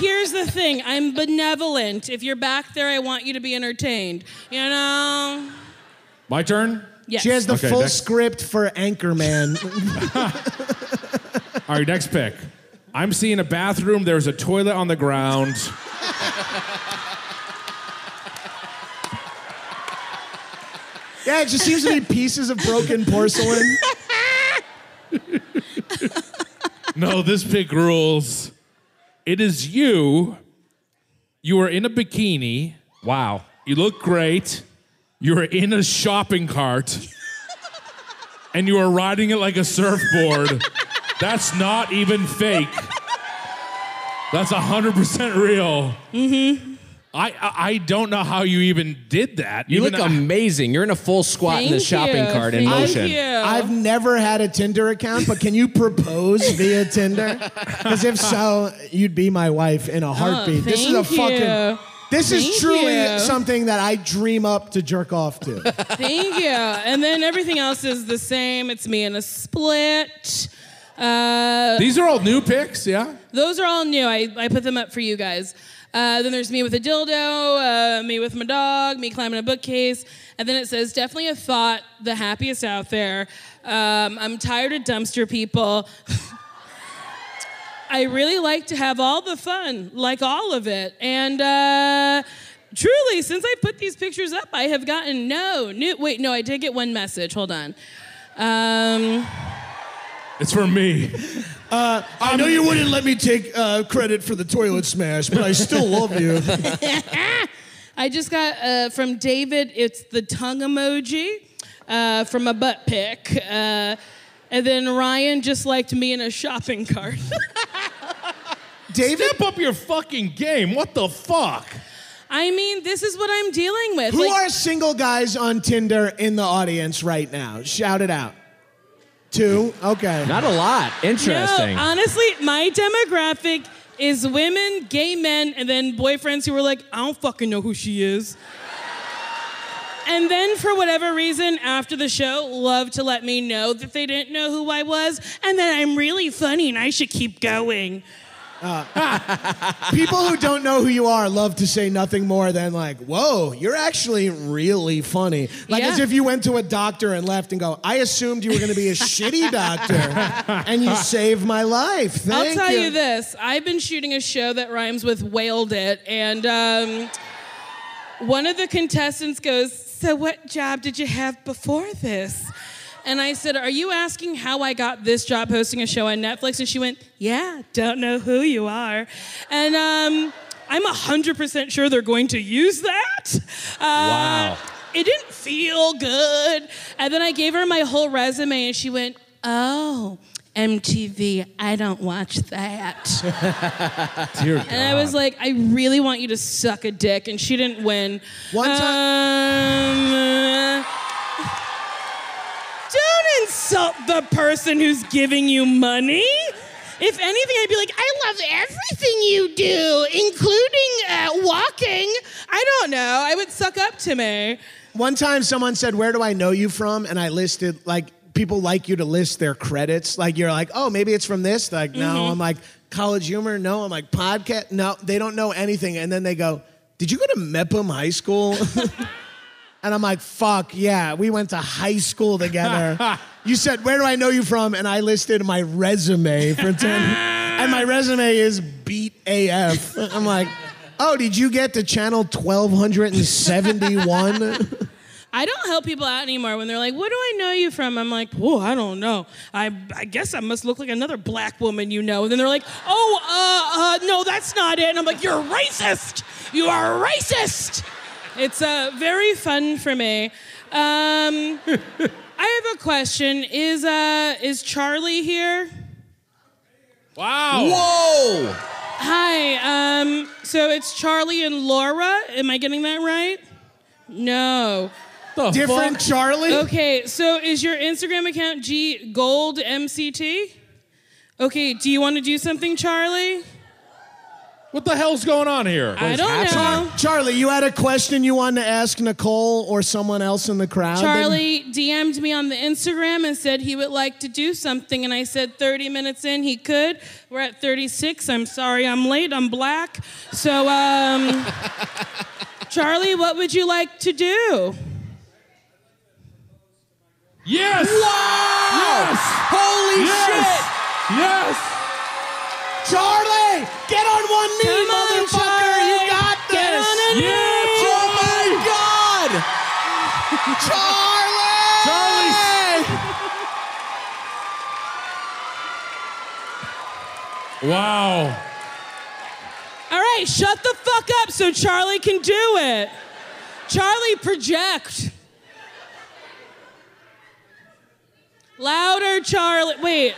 Speaker 3: Here's the thing I'm benevolent. If you're back there, I want you to be entertained. You know?
Speaker 5: My turn.
Speaker 3: Yes.
Speaker 4: She has the
Speaker 5: Okay,
Speaker 4: full
Speaker 5: next.
Speaker 4: script for Anchorman. [laughs]
Speaker 5: All right, next pick. I'm seeing a bathroom. There's a toilet on the ground.
Speaker 4: yeah, it just seems to be pieces of broken
Speaker 3: [laughs]
Speaker 4: porcelain.
Speaker 5: No, this pick rules. It is you. You are in a bikini. Wow. You look great. You're in a shopping cart. and you are riding it like a surfboard. That's not even fake. That's 100% real. Mm-hmm. I, I I don't know how you even did that.
Speaker 6: You
Speaker 5: Even
Speaker 6: look
Speaker 5: I-
Speaker 6: amazing. You're in a full squat in the
Speaker 3: Thank
Speaker 6: shopping
Speaker 3: you.
Speaker 6: cart in
Speaker 3: Thank
Speaker 6: motion.
Speaker 3: you.
Speaker 4: I've never had a Tinder account, but can you propose via [laughs] Tinder? Because if so, you'd be my wife in a heartbeat. this is a
Speaker 3: Oh, thank
Speaker 4: fucking.
Speaker 3: you.
Speaker 4: This
Speaker 3: Thank
Speaker 4: is truly
Speaker 3: you.
Speaker 4: something that I dream up to jerk off [laughs] to.
Speaker 3: Thank you. And then everything else is the same. It's me in a split. Uh,
Speaker 5: These are all new picks, yeah?
Speaker 3: Those are all new. I, I put them up for you guys. Uh, then there's me with a dildo, uh, me with my dog, me climbing a bookcase. And then it says, definitely a thought, the happiest out there. Um, I'm tired of dumpster people. [laughs] I really like to have all the fun, like all of it. And uh, truly, since I put these pictures up, I have gotten no new. Wait, no, I did get one message. Hold on. Um,
Speaker 5: It's for me.
Speaker 4: Uh, I know you wouldn't let me take uh, credit for the toilet smash, but I still love [laughs]
Speaker 3: [laughs]
Speaker 4: you.
Speaker 3: I just got uh, from David. It's the tongue emoji uh, from a butt pic, uh, and then Ryan just liked me in a shopping cart. [laughs]
Speaker 4: David,
Speaker 5: Step up your fucking game. What the fuck?
Speaker 3: I mean, this is what I'm dealing with.
Speaker 4: who
Speaker 3: Like,
Speaker 4: are single guys on Tinder in the audience right now? Shout it out. Two? Okay.
Speaker 6: Not a lot. Interesting.
Speaker 3: No, honestly, my demographic is women, gay men, and then boyfriends who were like, I don't fucking know who she is. And then, for whatever reason, after the show, love to let me know that they didn't know who I was and that I'm really funny and I should keep going.
Speaker 4: Uh, [laughs] People who don't know who you are love to say nothing more than like, "Whoa, you're actually really funny." Like
Speaker 3: Yeah.
Speaker 4: as if you went to a doctor and left and go, "I assumed you were going to be a shitty doctor, and
Speaker 3: [laughs]
Speaker 4: you saved my life."
Speaker 3: I'll
Speaker 4: Thank
Speaker 3: tell you. this. I've been shooting a show that rhymes with whaled it, and um, one of the contestants goes, So, what job did you have before this? And I said, Are you asking how I got this job hosting a show on Netflix? And she went, Yeah, don't know who you are. And um, I'm 100% sure they're going to use that. Uh,
Speaker 6: Wow.
Speaker 3: It didn't feel good. And then I gave her my whole resume, and she went, Oh, MTV, I don't watch that.
Speaker 5: Dear
Speaker 3: And I was like, I really want you to suck a dick. And she didn't win. Um,
Speaker 4: One
Speaker 3: time. don't insult the person who's giving you money. If anything, I'd be like, I love everything you do, including uh, walking. I don't know. I would suck up to me.
Speaker 4: One time, someone said, "Where do I know you from?" and I listed like people like you to list their credits. Like you're like, "Oh, maybe it's from this." They're like, no,
Speaker 3: Mm-hmm.
Speaker 4: I'm like college humor. No, I'm like podcast. No, they don't know anything, and then they go, "Did you go to Mepham High
Speaker 3: [laughs]
Speaker 4: School?" and I'm like, "Fuck yeah, we went to high school
Speaker 5: [laughs] [laughs]
Speaker 4: together." you said, "Where do I know you from?" and I listed my resume for ten. and my resume is beat AF. I'm like, oh, did you get to channel 1271?
Speaker 3: I don't help people out anymore when they're like, "What do I know you from?" I'm like, "Oh, I don't know. I, I guess I must look like another black woman you know." And then they're like, "Oh, uh, uh, no, that's not it." And I'm like, "You're racist. You are racist." It's uh, very fun for me. Um, I have a question. Is uh, is Charlie here?
Speaker 5: Wow.
Speaker 6: Whoa!
Speaker 3: Hi. Um, so it's Charlie and Laura. Am I getting that right? No.
Speaker 4: Different Charlie?
Speaker 3: Okay, so is your Instagram account G Gold MCT? Okay, do you want to do something, Charlie?
Speaker 5: [laughs] What the hell's going on here?
Speaker 3: I don't know.
Speaker 4: Charlie, you had a question you wanted to ask Nicole or someone else in the crowd?
Speaker 3: Charlie DM'd me on the Instagram and said he would like to do something, and I said 30 minutes in he could. We're at 36. I'm sorry I'm late. I'm black. So, um, Charlie, what would you like to do?
Speaker 5: Yes. Yes.
Speaker 6: Holy
Speaker 5: Yes. Yes.
Speaker 4: Charlie, get on one knee,
Speaker 3: Come on,
Speaker 4: motherfucker.
Speaker 3: Charlie.
Speaker 4: You got this.
Speaker 3: Get on a knee.
Speaker 5: Yeah,
Speaker 8: Oh
Speaker 5: Charlie.
Speaker 6: my god!
Speaker 4: Charlie.
Speaker 5: Charlie. Wow.
Speaker 3: All right, shut the fuck up so Charlie can do it. Charlie, project. Louder, Charlie. Wait,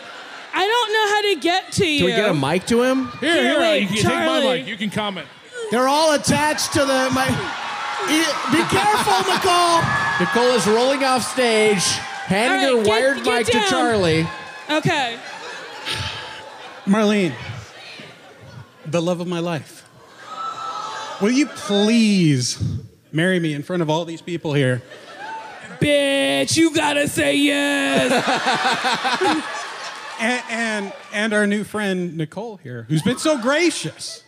Speaker 3: I don't know how to get to you.
Speaker 6: Can we get a mic to him?
Speaker 5: Here,
Speaker 3: Here,
Speaker 5: here.
Speaker 3: wait,
Speaker 5: you can take my
Speaker 3: Charlie.
Speaker 5: mic. You can comment.
Speaker 4: They're all attached to the my. E- Be careful, Nicole.
Speaker 6: Nicole is rolling off stage, handing
Speaker 3: All right,
Speaker 6: her
Speaker 3: get-
Speaker 6: wired mic
Speaker 3: get down.
Speaker 6: to Charlie.
Speaker 3: Okay.
Speaker 9: [sighs] Marlene, the love of my life, will you please marry me in front of all these people here?
Speaker 3: Bitch, you gotta say yes.
Speaker 9: [laughs] [laughs] And, and, and our new friend, Nicole, here, who's been so gracious.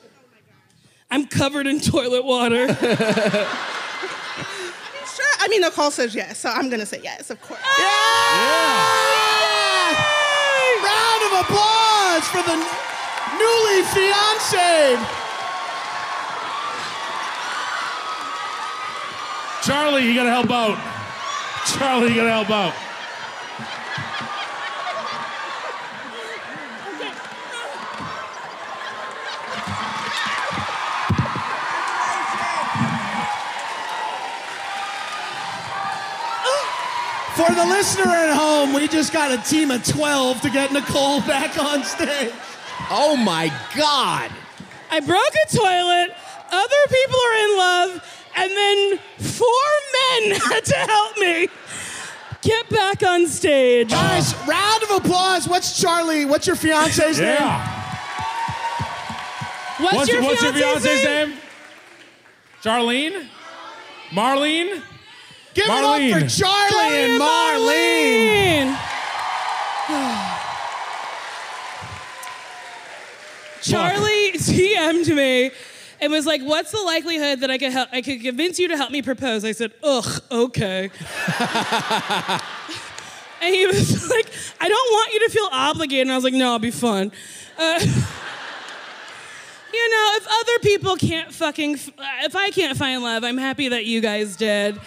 Speaker 3: I'm covered in toilet water.
Speaker 6: [laughs]
Speaker 10: Sure. I mean, Nicole says yes, so I'm going to say yes, of course.
Speaker 4: Round of applause for the n- newly fiancé.
Speaker 5: Charlie, you gotta help out. Charlie, you gotta help out.
Speaker 4: For the listener at home, we just got a team of 12 to get Nicole back on stage.
Speaker 6: Oh my god!
Speaker 3: I broke a toilet, other people are in love, and then four men [laughs] had to help me get back on stage.
Speaker 4: Guys, round of applause. What's Charlie? What's your fiance's name?
Speaker 5: Yeah.
Speaker 3: What's,
Speaker 5: What's,
Speaker 3: your,
Speaker 5: what's your
Speaker 3: fiance's
Speaker 5: fiance's
Speaker 3: name?
Speaker 5: name? Charlene? Marlene?
Speaker 4: Give it up for
Speaker 5: Marlene.
Speaker 4: Charlie, and Marlene.
Speaker 3: [sighs] Charlie DM'd me and was like, "What's the likelihood that I could help? I could convince you to help me propose?" I said, "Ugh, okay." and he was [laughs] like, "I don't want you to feel obligated." And I was like, "No, it'll be fun." Uh, [laughs] you know, if other people can't fucking, f- if I can't find love, I'm happy that you guys did.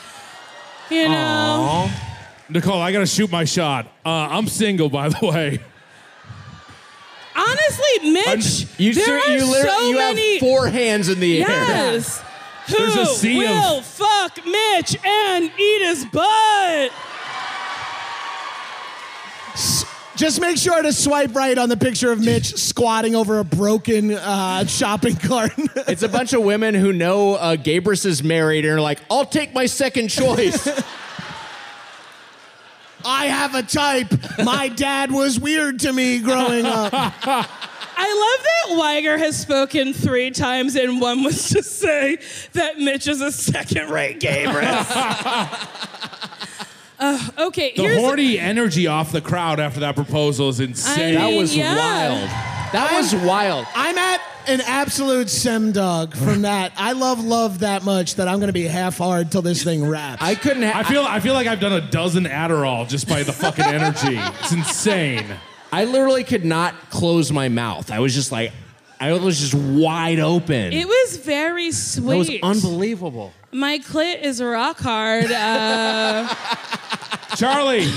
Speaker 3: You know.
Speaker 5: Nicole, I gotta shoot my shot. Uh, I'm single, by the way.
Speaker 3: Honestly, Mitch,
Speaker 6: You,
Speaker 3: there
Speaker 6: ser-
Speaker 3: are
Speaker 6: you literally
Speaker 3: so
Speaker 6: you
Speaker 3: many.
Speaker 6: have four hands in the air. [laughs]
Speaker 3: yes. Who
Speaker 5: There's a sea of-
Speaker 3: will fuck Mitch and eat his butt?
Speaker 4: Just make sure to swipe right on the picture of
Speaker 5: [laughs]
Speaker 4: Mitch squatting over a broken uh, shopping cart.
Speaker 6: It's a bunch of women who know uh, Gabris is married and are like, "I'll take my second
Speaker 3: [laughs]
Speaker 6: choice."
Speaker 4: I have a type. My dad was weird to me growing
Speaker 6: [laughs]
Speaker 4: up.
Speaker 3: I love that Weiger has spoken three times, and one was to say that Mitch is a
Speaker 6: [laughs]
Speaker 3: second-rate gamer. Uh, okay,
Speaker 5: The
Speaker 3: here's
Speaker 5: horny energy off the crowd after that proposal is insane.
Speaker 3: I
Speaker 6: that was
Speaker 3: Yeah.
Speaker 6: wild. That was wild.
Speaker 4: I'm at an absolute sem dog
Speaker 5: [laughs]
Speaker 4: from that. I love love that much that I'm gonna be half hard till this thing wraps.
Speaker 6: I couldn't. Ha-
Speaker 3: [laughs]
Speaker 5: I feel I feel like I've done a dozen Adderall just by the fucking energy. It's insane.
Speaker 6: I literally could not close my mouth. I was just like, I was just wide open.
Speaker 3: It was very
Speaker 6: that was
Speaker 3: sweet.
Speaker 6: unbelievable.
Speaker 3: My clit is rock hard. Uh,
Speaker 5: Charlie, [laughs]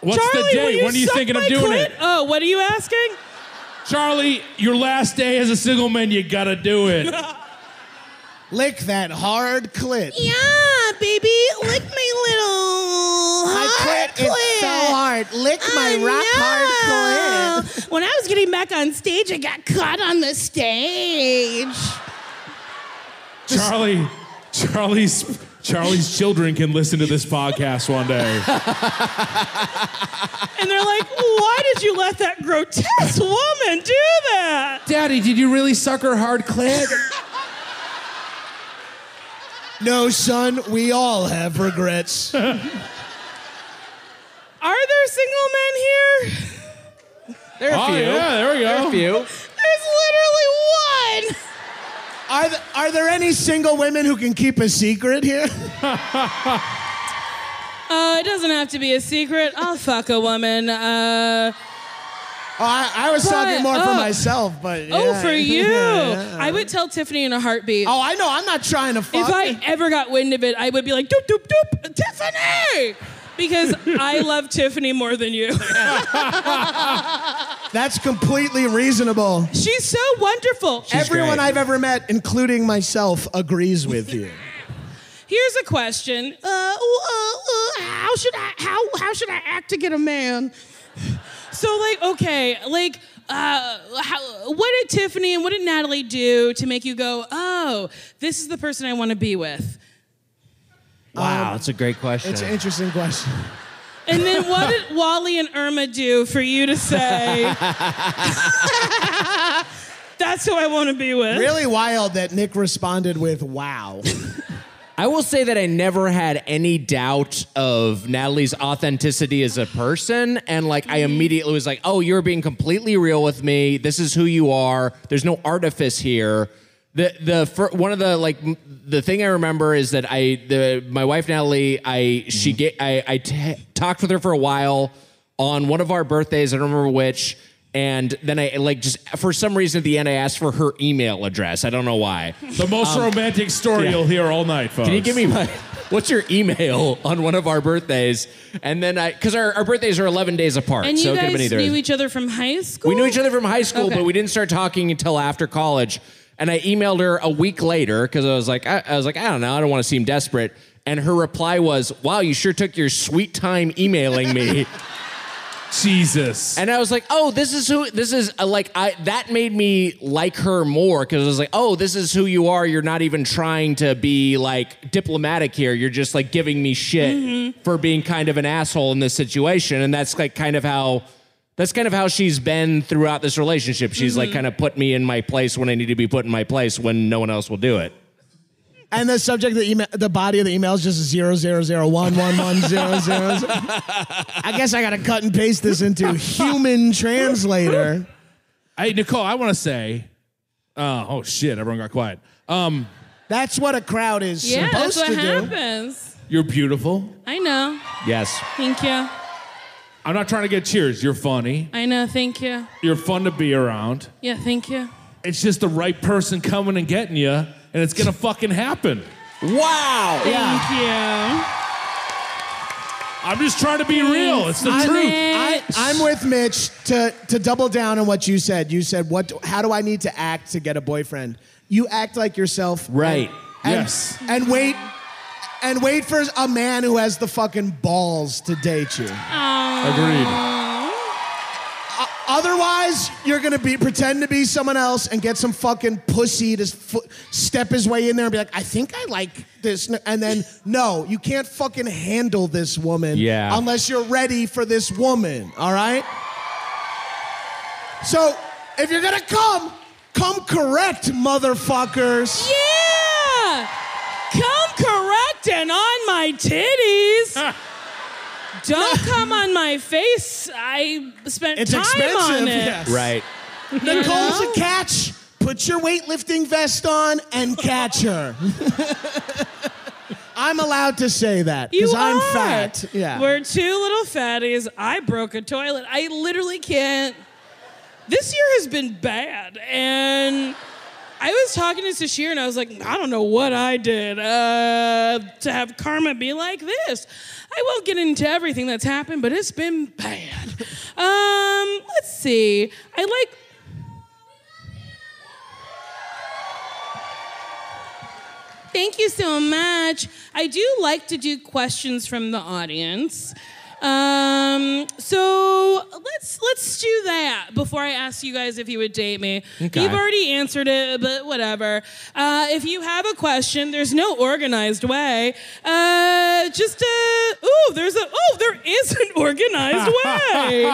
Speaker 5: what's
Speaker 3: Charlie,
Speaker 5: the
Speaker 3: will
Speaker 5: date?
Speaker 3: you
Speaker 5: When are you
Speaker 3: suck
Speaker 5: thinking of
Speaker 3: my
Speaker 5: doing
Speaker 3: clit?
Speaker 5: it?
Speaker 3: Oh, what are you asking?
Speaker 5: Charlie, your last day as a single man, you gotta do
Speaker 3: [laughs]
Speaker 5: it.
Speaker 4: Lick that hard clit.
Speaker 3: Yeah, baby, lick my little
Speaker 4: My
Speaker 3: hard
Speaker 4: clit is so hard. Lick my
Speaker 3: Oh,
Speaker 4: rock
Speaker 3: no.
Speaker 4: hard clit.
Speaker 3: When I was getting back on stage, I got caught on the stage.
Speaker 5: Charlie, Charlie's Charlie's children can listen to this podcast one day.
Speaker 3: And they're like, why did you let that grotesque woman do that?
Speaker 5: Daddy, did you really suck her hard clit?
Speaker 4: [laughs] No, son, we all have
Speaker 5: [laughs] Oh,
Speaker 4: regrets.
Speaker 3: Are there single men here?
Speaker 6: There are
Speaker 5: Oh, yeah, there we go.
Speaker 6: There are a few.
Speaker 3: There's literally one.
Speaker 4: Are, th- are there any single women who can keep a
Speaker 5: [laughs]
Speaker 4: secret here?
Speaker 3: Uh, it doesn't have to be a secret. I'll fuck a woman. Uh,
Speaker 4: Oh, I, I was
Speaker 3: But,
Speaker 4: talking more for
Speaker 3: uh,
Speaker 4: myself, but
Speaker 3: Oh,
Speaker 10: [laughs]
Speaker 4: yeah. [laughs]
Speaker 3: for you.
Speaker 4: Yeah.
Speaker 3: I would tell Tiffany in a heartbeat.
Speaker 4: Oh, I know. I'm not trying to fuck.
Speaker 3: if I ever got wind of it, I would be like, doop, doop, doop, Tiffany! Because
Speaker 10: [laughs]
Speaker 3: I love Tiffany more than you.
Speaker 4: That's completely reasonable.
Speaker 3: She's so wonderful.
Speaker 4: Everyone
Speaker 6: great.
Speaker 4: I've ever met, including myself, agrees with you.
Speaker 3: Here's a question.
Speaker 10: Uh, uh, uh, how should I? How how should I act to get a man?
Speaker 3: So, like, okay, like, uh, how, what did Tiffany and what did Natalie do to make you go, oh, this is the person I want to be with?
Speaker 6: [laughs] Wow, that's a great question.
Speaker 4: Um, It's an interesting question.
Speaker 3: And then what did Wally and Irma do for you to
Speaker 6: [laughs]
Speaker 3: say, that's who I want to be with?
Speaker 4: Really wild that Nick responded with "Wow." [laughs]
Speaker 6: I will say that I never had any doubt of Natalie's authenticity as a person. And like, I immediately was like, oh, you're being completely real with me. This is who you are. There's no artifice here. The, the fir- one of the like m- the thing I remember is that I the my wife Natalie I
Speaker 5: Mm-hmm.
Speaker 6: she ga- I I t- talked with her for a while on one of our birthdays I don't remember which and then I like just for some reason at the end I asked for her email address I don't know why Um,
Speaker 5: The most romantic story you'll hear all night, folks.
Speaker 6: can you give me my what's your email on one of our birthdays? And then I because our, our birthdays are eleven days apart,
Speaker 3: And you
Speaker 6: so it could have
Speaker 3: guys
Speaker 6: been either.
Speaker 3: knew each other from high school?
Speaker 6: we knew each other from high school,
Speaker 3: Okay.
Speaker 6: but we didn't start talking until after college. And I emailed her a week later because I was like, I, I was like, I don't know, I don't want to seem desperate. And her reply was, "Wow, you sure took your sweet time emailing me."
Speaker 5: Jesus.
Speaker 6: And I was like, oh, this is who this is uh, like I that made me like her more because I was like, oh, this is who you are. You're not even trying to be like diplomatic here. You're just like giving me shit
Speaker 5: Mm-hmm.
Speaker 6: for being kind of an asshole in this situation. And that's like kind of how that's kind of how she's been throughout this relationship. She's
Speaker 5: Mm-hmm.
Speaker 6: like kind of put me in my place when I need to be put in my place when no one else will do it.
Speaker 4: and the subject of the email, the body of the email is just zero zero zero one one one zero zero. zero. [laughs] I guess I gotta cut and paste this
Speaker 3: [laughs]
Speaker 4: into human translator.
Speaker 5: Hey, Nicole, I want to say, uh, oh shit, everyone got quiet. Um,
Speaker 4: That's what a crowd is
Speaker 3: Yeah,
Speaker 4: supposed
Speaker 3: that's what
Speaker 4: to do.
Speaker 3: happens.
Speaker 5: you're beautiful.
Speaker 3: I know.
Speaker 6: Yes.
Speaker 3: Thank you.
Speaker 5: I'm not trying to get cheers. You're funny.
Speaker 3: I know. Thank you.
Speaker 5: You're fun to be around.
Speaker 3: Yeah, thank you.
Speaker 5: It's just the right person coming and getting you, and it's gonna fucking happen.
Speaker 6: Wow.
Speaker 3: Thank
Speaker 5: I'm just trying to be real. It's the
Speaker 3: I
Speaker 5: truth.
Speaker 3: mean-
Speaker 4: I, I'm with Mitch to, to double down on what you said. You said, "What? do- how do I need to act to get a boyfriend?" You act like yourself,
Speaker 6: Right.
Speaker 4: And,
Speaker 5: Yes.
Speaker 4: And wait, and wait for a man who has the fucking balls to date you.
Speaker 5: Agreed.
Speaker 4: Otherwise, you're gonna be pretend to be someone else and get some fucking pussy to fo- step his way in there and be like, "I think I like this," and then no, you can't fucking handle this woman.
Speaker 6: Yeah.
Speaker 4: Unless you're ready for this woman. All right. So if you're gonna come, come correct, motherfuckers.
Speaker 3: you. Yeah. Ah! Come correct and on my titties. Don't come on my face. I spent
Speaker 4: It's
Speaker 3: time
Speaker 4: expensive.
Speaker 3: on it.
Speaker 4: Yes.
Speaker 6: Right.
Speaker 3: Uh-huh.
Speaker 4: Nicole's a catch. Put your weightlifting vest on and catch her. [laughs] I'm allowed to say that
Speaker 3: You
Speaker 4: because I'm
Speaker 3: are.
Speaker 4: fat. Yeah.
Speaker 3: We're two little fatties. I broke a toilet. I literally can't. This year has been bad. And I was talking to Sashir and I was like, I don't know what I did uh, to have karma be like this. I won't get into everything that's happened, but it's been bad. Um, let's see. I like. Thank you so much. I do like to do questions from the audience. Um, so let's let's do that before I ask you guys if you would date me.
Speaker 6: Okay.
Speaker 3: You've already answered it, but whatever. Uh, if you have a question, there's no organized way. Uh, just uh, oh, there's a oh, there is an organized way.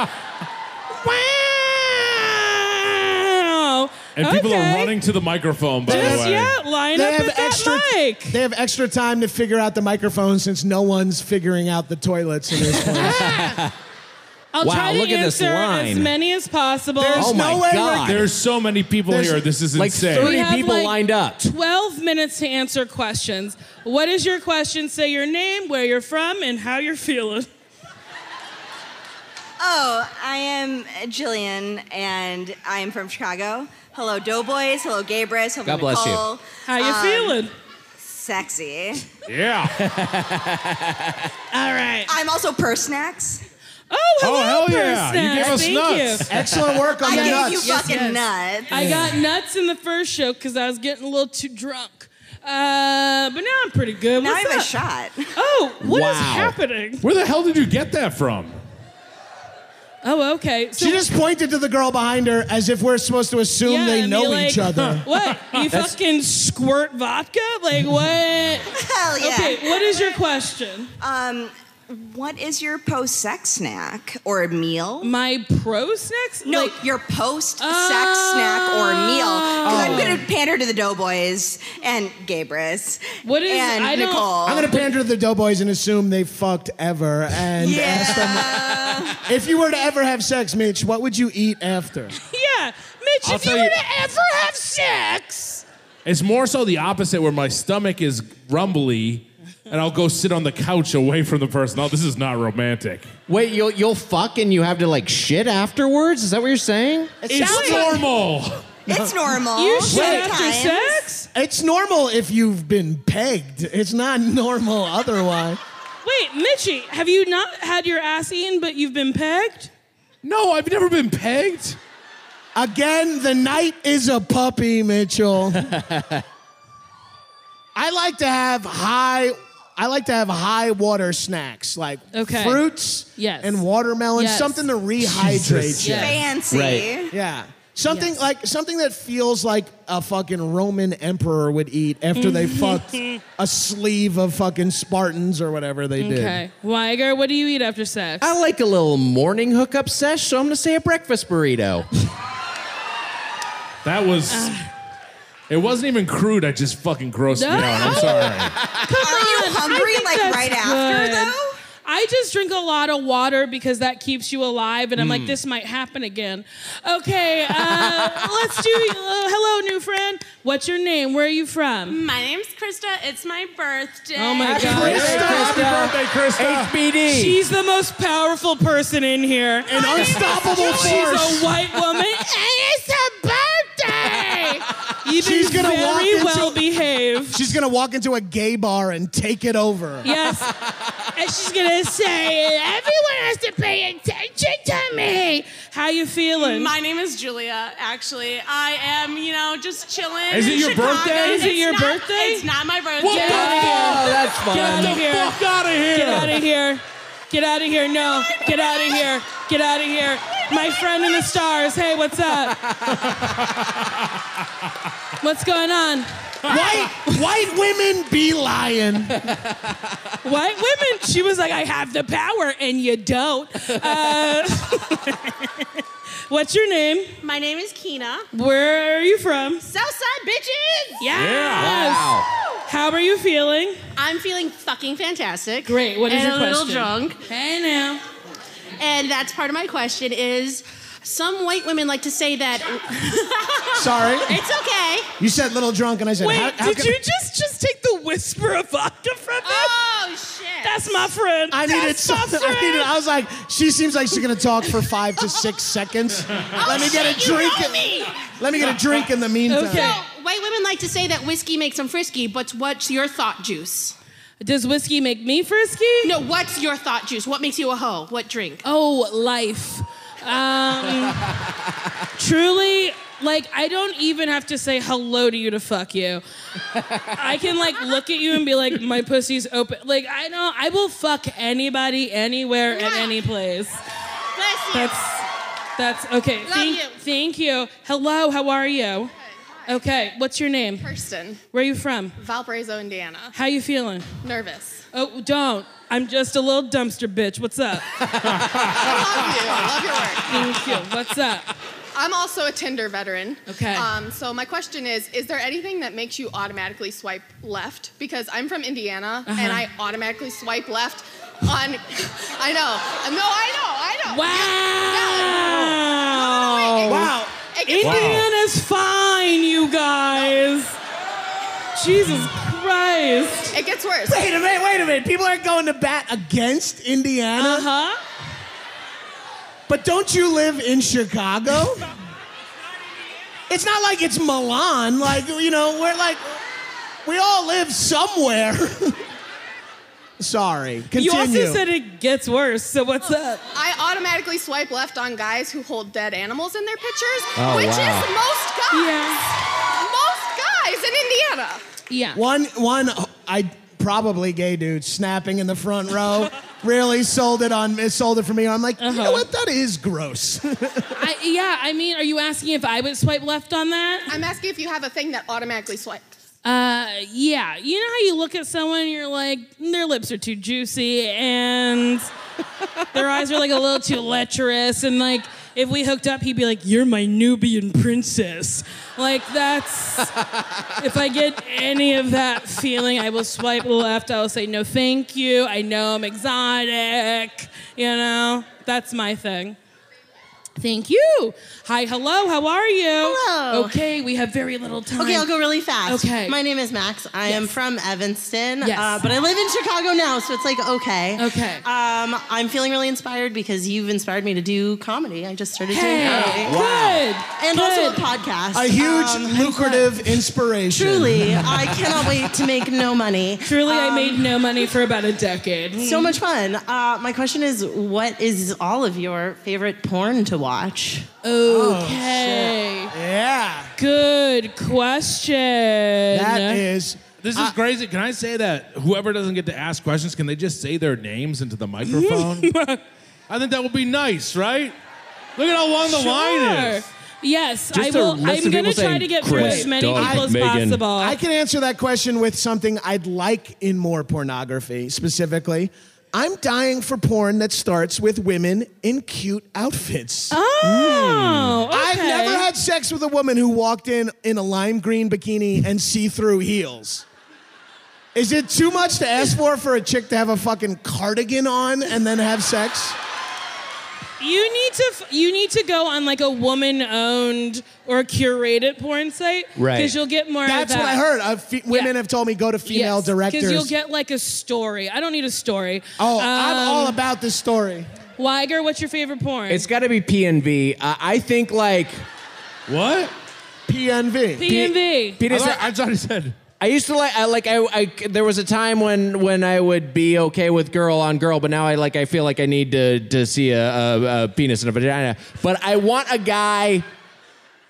Speaker 3: wow.
Speaker 5: And people
Speaker 3: Okay.
Speaker 5: are running to the microphone, by the
Speaker 3: Just
Speaker 5: way.
Speaker 3: yeah, line up at
Speaker 4: extra.
Speaker 3: that mic.
Speaker 4: They have extra time to figure out the microphone since no one's figuring out the toilets in this
Speaker 3: [laughs]
Speaker 4: place.
Speaker 3: I'll
Speaker 6: Wow,
Speaker 3: try to
Speaker 6: look at this
Speaker 3: answer as
Speaker 6: line.
Speaker 3: many as possible.
Speaker 4: There's
Speaker 6: Oh
Speaker 4: no
Speaker 6: my
Speaker 4: way.
Speaker 6: God.
Speaker 5: There's so many people
Speaker 4: There's
Speaker 5: here. This is
Speaker 6: Like
Speaker 5: insane.
Speaker 6: 30
Speaker 3: We have,
Speaker 6: people
Speaker 3: like,
Speaker 6: lined up.
Speaker 3: 12 minutes to answer questions. What is your question? Say your name, where you're from, and how you're feeling.
Speaker 11: Oh, I am Jillian, and I am from Chicago. Hello, Doughboys. Hello, Gabris. Hello,
Speaker 6: God bless you.
Speaker 11: Nicole. Um,
Speaker 3: How you feeling?
Speaker 11: Sexy.
Speaker 6: [laughs]
Speaker 5: yeah.
Speaker 3: All right.
Speaker 11: I'm also purse snacks.
Speaker 3: Oh, hello,
Speaker 5: Oh, hell
Speaker 3: person.
Speaker 5: yeah. You gave us
Speaker 3: Thank
Speaker 5: nuts.
Speaker 3: you.
Speaker 4: Excellent work on
Speaker 11: I
Speaker 4: the
Speaker 11: gave
Speaker 4: nuts.
Speaker 11: you fucking nuts.
Speaker 3: I got nuts in the first show because I was getting a little too drunk. Uh, but now I'm pretty good.
Speaker 11: Now I
Speaker 3: What's
Speaker 11: have
Speaker 3: up?
Speaker 11: a shot.
Speaker 3: Oh, what is
Speaker 6: Wow.
Speaker 3: happening?
Speaker 5: Where the hell did you get that from?
Speaker 3: Oh, okay. So
Speaker 4: She just pointed to the girl behind her as if we're supposed to assume
Speaker 3: Yeah,
Speaker 4: they
Speaker 3: and
Speaker 4: know
Speaker 3: be like,
Speaker 4: each other.
Speaker 3: [laughs] What? You fucking squirt vodka? Like what?
Speaker 11: [laughs] Hell yeah.
Speaker 3: Okay, what is your question?
Speaker 11: Um, what is your post-sex snack or meal?
Speaker 3: My pro snacks?
Speaker 11: No,
Speaker 3: Like,
Speaker 11: your post-sex
Speaker 3: Oh.
Speaker 11: snack or meal. 'Cause I'm gonna pander to the Doughboys and Gabris.
Speaker 3: What is-
Speaker 11: and
Speaker 3: I don't-
Speaker 11: Nicole?
Speaker 4: I'm
Speaker 11: [laughs]
Speaker 4: gonna [laughs] pander to the doughboys and assume they fucked ever and ask them if you were to ever have sex, Mitch, what would you eat after?
Speaker 3: yeah. Mitch,
Speaker 5: I'll
Speaker 3: if you
Speaker 5: tell
Speaker 3: were
Speaker 5: you-
Speaker 3: to ever have sex.
Speaker 5: It's more so the opposite, where my stomach is rumbly, and I'll go sit on the couch away from the person. Oh, this is not romantic.
Speaker 6: Wait, you'll you'll fuck and you have to like shit afterwards? Is that what you're saying?
Speaker 5: It's normal.
Speaker 11: It's normal.
Speaker 3: You shit after
Speaker 11: Sometimes.
Speaker 3: sex?
Speaker 4: It's normal if you've been pegged. It's not normal otherwise.
Speaker 3: Wait, Mitchie, have you not had your ass eaten but you've been pegged?
Speaker 5: No, I've never been pegged.
Speaker 4: Again, the night is a puppy, Mitchell. I like to have high. I like to have high water snacks like
Speaker 3: Okay.
Speaker 4: fruits
Speaker 3: Yes.
Speaker 4: and watermelon,
Speaker 3: Yes.
Speaker 4: something to rehydrate you.
Speaker 3: Yeah.
Speaker 11: Fancy.
Speaker 6: Right.
Speaker 4: Yeah. Something
Speaker 3: Yes.
Speaker 4: like something that feels like a fucking Roman emperor would eat after
Speaker 3: Mm-hmm.
Speaker 4: they fucked a sleeve of fucking Spartans or whatever they did.
Speaker 3: Okay. Weiger, what do you eat after sex?
Speaker 6: I like a little morning hookup sesh, so I'm gonna say a breakfast burrito.
Speaker 5: That was.
Speaker 3: Uh.
Speaker 5: It wasn't even crude. I just fucking grossed
Speaker 3: No.
Speaker 5: me out. I'm sorry.
Speaker 11: Are you hungry
Speaker 3: think
Speaker 11: like
Speaker 3: that's
Speaker 11: right after
Speaker 3: good.
Speaker 11: though?
Speaker 3: I just drink a lot of water because that keeps you alive, and I'm
Speaker 5: Mm.
Speaker 3: like, this might happen again. Okay, uh,
Speaker 5: [laughs]
Speaker 3: let's do. Uh, hello, new friend. What's your name? Where are you
Speaker 11: Mm.
Speaker 3: from?
Speaker 8: My name's Krista. It's my birthday.
Speaker 3: Um, Oh my god,
Speaker 5: Happy birthday, Krista.
Speaker 6: HBD.
Speaker 3: she's the most powerful person in here.
Speaker 4: An unstoppable
Speaker 3: She's a
Speaker 4: force.
Speaker 3: white woman, [laughs] and it's her birthday. [laughs] You've
Speaker 4: She's
Speaker 3: been
Speaker 4: gonna
Speaker 3: very
Speaker 4: walk into-
Speaker 3: well behaved.
Speaker 4: [laughs] She's gonna walk into a gay bar and take it over.
Speaker 3: Yes. and she's gonna say, everyone has to pay attention to me. How you feeling?
Speaker 8: My name is Julia, actually. I am, you know, just chilling.
Speaker 5: Is it
Speaker 8: in
Speaker 5: your
Speaker 8: Chicago.
Speaker 5: birthday?
Speaker 3: Is it
Speaker 8: It's
Speaker 3: your
Speaker 8: not-
Speaker 3: birthday?
Speaker 8: It's not my birthday.
Speaker 5: What
Speaker 3: Get
Speaker 5: the
Speaker 3: out of
Speaker 6: Oh,
Speaker 3: here.
Speaker 6: that's
Speaker 3: Get out of
Speaker 6: fun.
Speaker 3: here.
Speaker 5: fuck out of here?
Speaker 3: Get out of here. Get out of here. No. Get out of here. Get out of here. My friend in the stars. Hey, what's up?
Speaker 4: [laughs]
Speaker 3: what's going on?
Speaker 4: White white women be lying.
Speaker 3: White women. She was like, I have the power, and you don't. Uh, [laughs] what's your name?
Speaker 8: My name is Kina.
Speaker 3: Where are you from?
Speaker 8: Southside bitches.
Speaker 3: Yes.
Speaker 6: Wow.
Speaker 3: How are you feeling?
Speaker 8: I'm feeling fucking fantastic.
Speaker 3: Great. What is
Speaker 8: and
Speaker 3: your
Speaker 8: a little
Speaker 3: question?
Speaker 8: drunk.
Speaker 3: Hey now. [laughs]
Speaker 8: And that's part of my question is some white women like to say that
Speaker 4: Sorry.
Speaker 11: It's okay.
Speaker 4: You said little drunk, and I said,
Speaker 3: Wait,
Speaker 4: how, how
Speaker 3: did
Speaker 4: can-
Speaker 3: you just just take the whisper of vodka from me?
Speaker 11: Oh shit!
Speaker 3: That's my friend.
Speaker 4: I needed
Speaker 3: That's my
Speaker 4: something. I
Speaker 3: friend.
Speaker 4: needed. I was like, she seems like she's gonna talk for five to six seconds.
Speaker 3: Oh,
Speaker 4: let me get a
Speaker 12: Oh, shit, you
Speaker 4: drink.
Speaker 12: know
Speaker 4: in-
Speaker 12: me.
Speaker 4: Let me get a drink in the meantime.
Speaker 12: So, white women like to say that whiskey makes them frisky, but what's your thought juice?
Speaker 3: Does whiskey make me frisky?
Speaker 12: No, what's your thought juice? What makes you a hoe? What drink?
Speaker 3: Oh, life. Um, truly, like, I don't even have to say hello to you to fuck you. I can, like, look at you and be like, my pussy's open. Like, I know, I will fuck anybody, anywhere, at any place. That's, that's, okay.
Speaker 12: Love
Speaker 3: thank,
Speaker 12: you.
Speaker 3: thank you. Hello, how are you? Okay, what's your name?
Speaker 13: Kirsten,
Speaker 3: Where are you from?
Speaker 13: Valparaiso, Indiana.
Speaker 3: How you feeling?
Speaker 13: Nervous.
Speaker 3: Oh, don't. I'm just a little dumpster bitch. What's
Speaker 13: [laughs]
Speaker 3: up?
Speaker 13: Love your work.
Speaker 3: Thank you. What's up?
Speaker 13: I'm also a Tinder veteran.
Speaker 3: Okay.
Speaker 13: Um, so my question is: Is there anything that makes you automatically swipe left? Because I'm from Indiana,
Speaker 3: Uh-huh.
Speaker 13: and I automatically swipe left. On, [laughs] I know. No, I know. I know. Oh,
Speaker 3: Wow.
Speaker 13: Wow.
Speaker 3: Indiana's fine, you guys. Jesus Christ.
Speaker 13: It gets worse.
Speaker 4: Wait a minute. Wait a minute. People aren't going to bat against Indiana. Uh
Speaker 3: huh.
Speaker 4: But don't you live in Chicago? it's not like it's Milan. Like you know, we're like, we all live somewhere. [laughs] Sorry. Continue.
Speaker 3: You also said it gets worse, so what's up?
Speaker 13: I automatically swipe left on guys who hold dead animals in their pictures,
Speaker 4: Oh,
Speaker 13: which
Speaker 4: wow.
Speaker 13: is most guys. Most guys in Indiana.
Speaker 3: Yeah.
Speaker 4: One one I probably gay dude snapping in the front row really sold it on it sold it for me. I'm like, you know what? That is gross.
Speaker 3: I, yeah, I mean, are you asking if I would swipe left on that?
Speaker 13: I'm asking if you have a thing that automatically swipes.
Speaker 3: Uh, yeah. You know how you look at someone and you're like, their lips are too juicy and [laughs] their eyes are like a little too lecherous. And like, if we hooked up, he'd be like, You're my Nubian princess. Like, that's. [laughs] if I get any of that feeling, I will swipe left. I will say, No, thank you. I know I'm exotic. You know, that's my thing. Thank you. Hi, hello, Oh, how are you?
Speaker 14: Hello.
Speaker 3: Okay, we have very little time.
Speaker 14: Okay, I'll go really fast.
Speaker 3: Okay.
Speaker 14: My name is Max. I am from Evanston.
Speaker 3: Yes.
Speaker 14: Uh, but I live in Chicago now, so it's like, okay.
Speaker 3: Okay.
Speaker 14: Um, I'm feeling really inspired because you've inspired me to do comedy. I just started doing
Speaker 4: Hey,
Speaker 14: comedy.
Speaker 4: Wow.
Speaker 14: And also a
Speaker 4: good.
Speaker 14: podcast.
Speaker 4: A huge
Speaker 14: Um,
Speaker 4: lucrative inspiration.
Speaker 14: Truly, I cannot wait to make no money.
Speaker 3: Truly, I
Speaker 14: Um,
Speaker 3: made no money for about a decade.
Speaker 14: So much fun. Uh, my question is what is all of your favorite porn to watch?
Speaker 3: Okay.
Speaker 4: yeah.
Speaker 3: Good question. That
Speaker 4: is.
Speaker 5: This is crazy. Can I say that whoever doesn't get to ask questions, can they just say their names into the microphone? I think that would be nice, right? Look at how long the line is.
Speaker 3: Yes,
Speaker 5: Just
Speaker 3: I
Speaker 5: a
Speaker 3: will.
Speaker 5: list
Speaker 3: I'm
Speaker 5: of
Speaker 3: going to
Speaker 5: people
Speaker 3: try
Speaker 5: saying
Speaker 3: to get through
Speaker 5: Chris,
Speaker 3: as many
Speaker 5: Doug,
Speaker 3: people as
Speaker 5: Megan.
Speaker 3: possible.
Speaker 4: I can answer that question with something I'd like in more pornography specifically. I'm dying for porn that starts with women in cute outfits. Hmm.
Speaker 3: Oh,
Speaker 4: I've
Speaker 3: okay.
Speaker 4: never had sex with a woman who walked in in a lime green bikini and see-through heels. Is it too much to ask for for a chick to have a fucking cardigan on and then have sex?
Speaker 3: You need to f- you need to go on like a woman owned or curated porn site,
Speaker 4: Right.
Speaker 3: Because you'll get more.
Speaker 4: That's
Speaker 3: of
Speaker 4: what
Speaker 3: that.
Speaker 4: I heard. Uh, fe- women have told me go to female directors.
Speaker 3: Because you'll get like a story. I don't need a story.
Speaker 4: Oh,
Speaker 3: Um,
Speaker 6: I'm all
Speaker 4: about this story.
Speaker 3: Weiger, what's your favorite porn?
Speaker 6: It's got to be PNV. Uh, I think like
Speaker 5: what
Speaker 4: PNV.
Speaker 3: PNV.
Speaker 6: Peter
Speaker 3: I thought-
Speaker 5: I thought he said.
Speaker 6: I used to like I like I, I there was a time when when I would be okay with girl on girl, but now I like I feel like I need to to see a, a, a penis and a vagina. But I want a guy.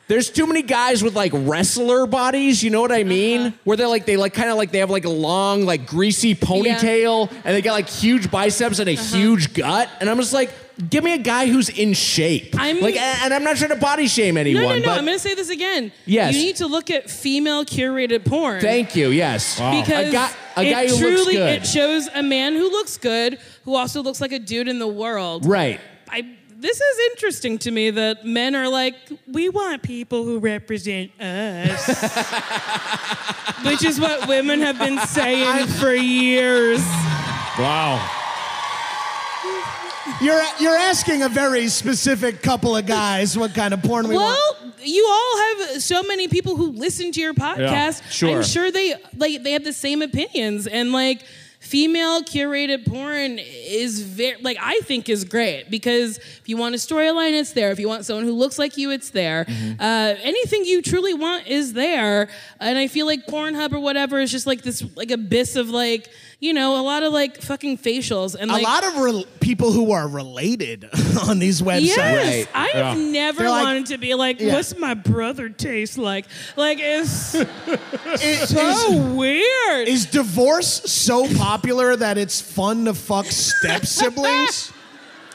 Speaker 6: There's too many guys with like wrestler bodies, you know what I mean?
Speaker 5: Uh-huh.
Speaker 6: Where they're like they like kind of like they have like a long like greasy ponytail and they got like huge biceps and a
Speaker 3: Uh-huh.
Speaker 6: huge gut, and I'm just like, give me a guy who's in shape.
Speaker 3: I'm-
Speaker 6: like, and, and I'm not trying to body shame anyone.
Speaker 3: no, no, no.
Speaker 6: but
Speaker 3: I'm going to say this again.
Speaker 6: Yes.
Speaker 3: You need to look at female curated porn.
Speaker 6: Thank you. Yes,
Speaker 3: Because
Speaker 6: a guy, a
Speaker 3: it
Speaker 6: guy who
Speaker 3: truly
Speaker 6: looks good.
Speaker 3: it shows a man who looks good, who also looks like a dude in the world.
Speaker 6: Right.
Speaker 3: I. This is interesting to me that men are like, we want people who represent
Speaker 6: [laughs]
Speaker 3: us, which is what women
Speaker 4: [laughs]
Speaker 3: have been saying for years.
Speaker 5: Wow.
Speaker 4: You're you're asking a very specific couple of guys what kind of porn we
Speaker 3: well,
Speaker 4: want.
Speaker 3: you all have so many people who listen to your podcast.
Speaker 15: sure.
Speaker 3: I'm sure they like they have the same opinions and like female curated porn is very like I think is great because if you want a storyline, it's there. If you want someone who looks like you, it's there. Uh, anything you truly want is there. And I feel like Pornhub or whatever is just like this like abyss of like you know a lot of like fucking facials and like,
Speaker 4: a lot of rel people who are related [laughs] on these websites.
Speaker 3: Yes, I have never
Speaker 4: They're like,
Speaker 3: wanted to be like,
Speaker 4: Yeah.
Speaker 3: "What's my brother taste like?" Like
Speaker 4: [laughs]
Speaker 3: it's [laughs]
Speaker 4: It-
Speaker 3: so
Speaker 4: is-
Speaker 3: weird.
Speaker 4: Is divorce so popular that it's fun to fuck
Speaker 3: [laughs]
Speaker 4: step siblings?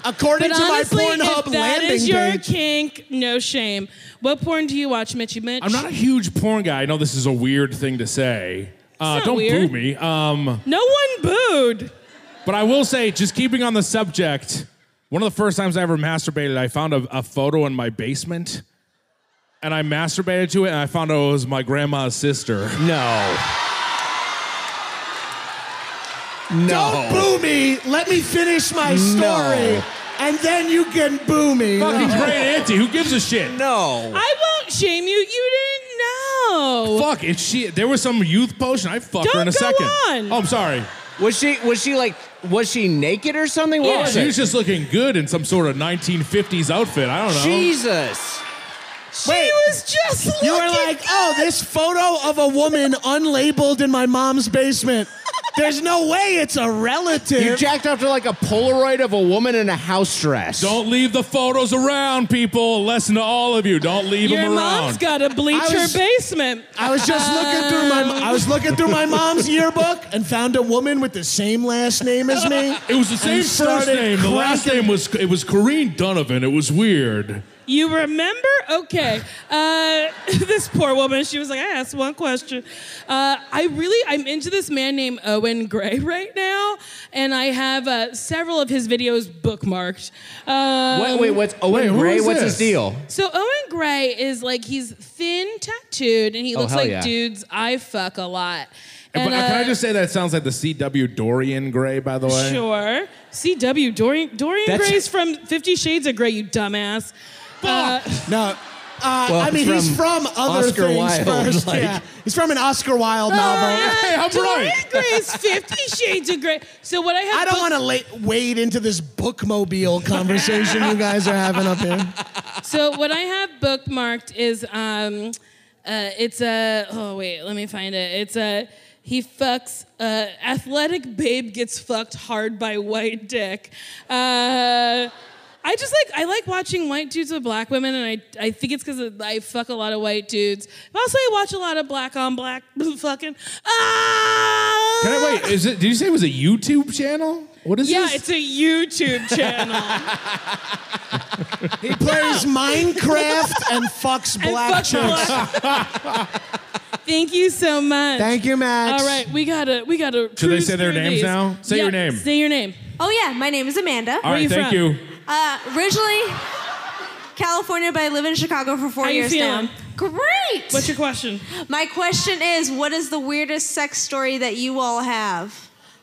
Speaker 4: According
Speaker 3: But
Speaker 4: to
Speaker 3: honestly,
Speaker 4: my Pornhub
Speaker 3: if that
Speaker 4: landing
Speaker 3: is your
Speaker 4: page.
Speaker 3: kink, no shame. What porn do you watch, Mitchy Mitch?
Speaker 5: I'm not a huge porn guy. I know this is a weird thing to say. Uh,
Speaker 3: not
Speaker 5: don't
Speaker 3: weird.
Speaker 5: boo me. Um,
Speaker 3: no one booed.
Speaker 5: But I will say, just keeping on the subject, one of the first times I ever masturbated, I found a, a photo in my basement, and I masturbated to it, and I found out it was my grandma's sister. No.
Speaker 4: No. Don't boo me. Let me finish my story. And then you can boo me.
Speaker 5: Fucking
Speaker 4: [laughs] No.
Speaker 5: great auntie. Who gives a shit? No.
Speaker 3: I won't shame you. You didn't know.
Speaker 5: Fuck it. She. There was some youth potion. I fucked her Uh, in a
Speaker 6: Don't go
Speaker 5: second.
Speaker 6: on.
Speaker 5: Oh, I'm sorry.
Speaker 6: Was she was she like was she naked or something? What
Speaker 5: Yeah,
Speaker 6: was
Speaker 5: she
Speaker 6: it?
Speaker 5: was just looking good in some sort of 1950s outfit. I don't know.
Speaker 6: Jesus.
Speaker 4: She was
Speaker 3: just
Speaker 4: You were like, oh, this photo of a woman unlabeled in my mom's basement. There's no way it's a relative.
Speaker 6: You jacked up to like a Polaroid of a woman in a house dress.
Speaker 5: Don't leave the photos around, people. Lesson to all of you. Don't leave
Speaker 3: Your
Speaker 5: them around.
Speaker 3: mom's got to bleach
Speaker 4: I
Speaker 3: her
Speaker 4: was-
Speaker 3: basement.
Speaker 4: I was just looking through my I was looking through my mom's yearbook and found a woman with the same last name as me.
Speaker 5: It was the same
Speaker 4: and
Speaker 5: first
Speaker 4: started
Speaker 5: name. The last
Speaker 4: cracking-
Speaker 5: name was it was Corrine Donovan. It was weird.
Speaker 3: You remember? Okay. Uh, [laughs] this poor woman, she was like, I asked one question. Uh, I really, I'm into this man named Owen Gray [laughs] right now, and I have uh, several of his videos bookmarked. Um,
Speaker 6: Wait, wait, what's Owen Wait, who Gray? is What's his this? deal?
Speaker 3: So Owen Gray is like, he's thin, tattooed, and he
Speaker 5: Oh,
Speaker 3: looks
Speaker 5: hell
Speaker 3: like
Speaker 5: yeah.
Speaker 3: dudes I fuck a lot.
Speaker 5: But
Speaker 3: And,
Speaker 5: can I
Speaker 3: uh,
Speaker 5: just say that sounds like the CW Dorian Gray, by the way?
Speaker 3: Sure. CW, Dorian, Dorian
Speaker 5: That's-
Speaker 3: Gray's from Fifty Shades of Grey, you dumbass. Uh,
Speaker 4: No. Uh,
Speaker 5: Well,
Speaker 4: I mean, he's
Speaker 5: from
Speaker 4: from other
Speaker 5: Oscar
Speaker 4: things
Speaker 5: Wilde,
Speaker 4: first.
Speaker 5: like-
Speaker 4: Yeah. He's from an Oscar Wilde [laughs] novel.
Speaker 3: Uh, Dorian Gray's Fifty Shades of Grey. So what I have
Speaker 4: I don't
Speaker 3: book-
Speaker 4: want to la- wade into this bookmobile conversation you guys are having up here.
Speaker 3: So what I have bookmarked is um, uh, it's a oh wait, let me find it. It's a he fucks uh, athletic babe gets fucked hard by white dick. Uh, I just like I like watching white dudes with black women, and I I think it's because I fuck a lot of white dudes. But also, I watch a lot of black on black [laughs] fucking. Can
Speaker 5: I wait? Is it? Did you say it was a YouTube channel? What is
Speaker 3: yeah,
Speaker 5: this?
Speaker 3: it's a YouTube channel.
Speaker 4: He plays [laughs] Minecraft and
Speaker 3: [laughs]
Speaker 4: fucks black
Speaker 3: fuck
Speaker 4: chicks.
Speaker 3: Thank you so much.
Speaker 4: Thank you, Max.
Speaker 3: All right, we gotta we gotta.
Speaker 5: [laughs] Should they
Speaker 3: cruise
Speaker 5: say their
Speaker 3: through
Speaker 5: names
Speaker 3: these.
Speaker 5: now? Say your name.
Speaker 3: Say your name.
Speaker 11: Oh yeah, my name is Amanda.
Speaker 5: All right, thank you.
Speaker 11: Uh, originally California, but I live in Chicago for four
Speaker 3: How you
Speaker 11: years
Speaker 3: feeling?
Speaker 11: now. Great.
Speaker 3: What's your question?
Speaker 11: My question is, what is the weirdest sex story that you all have?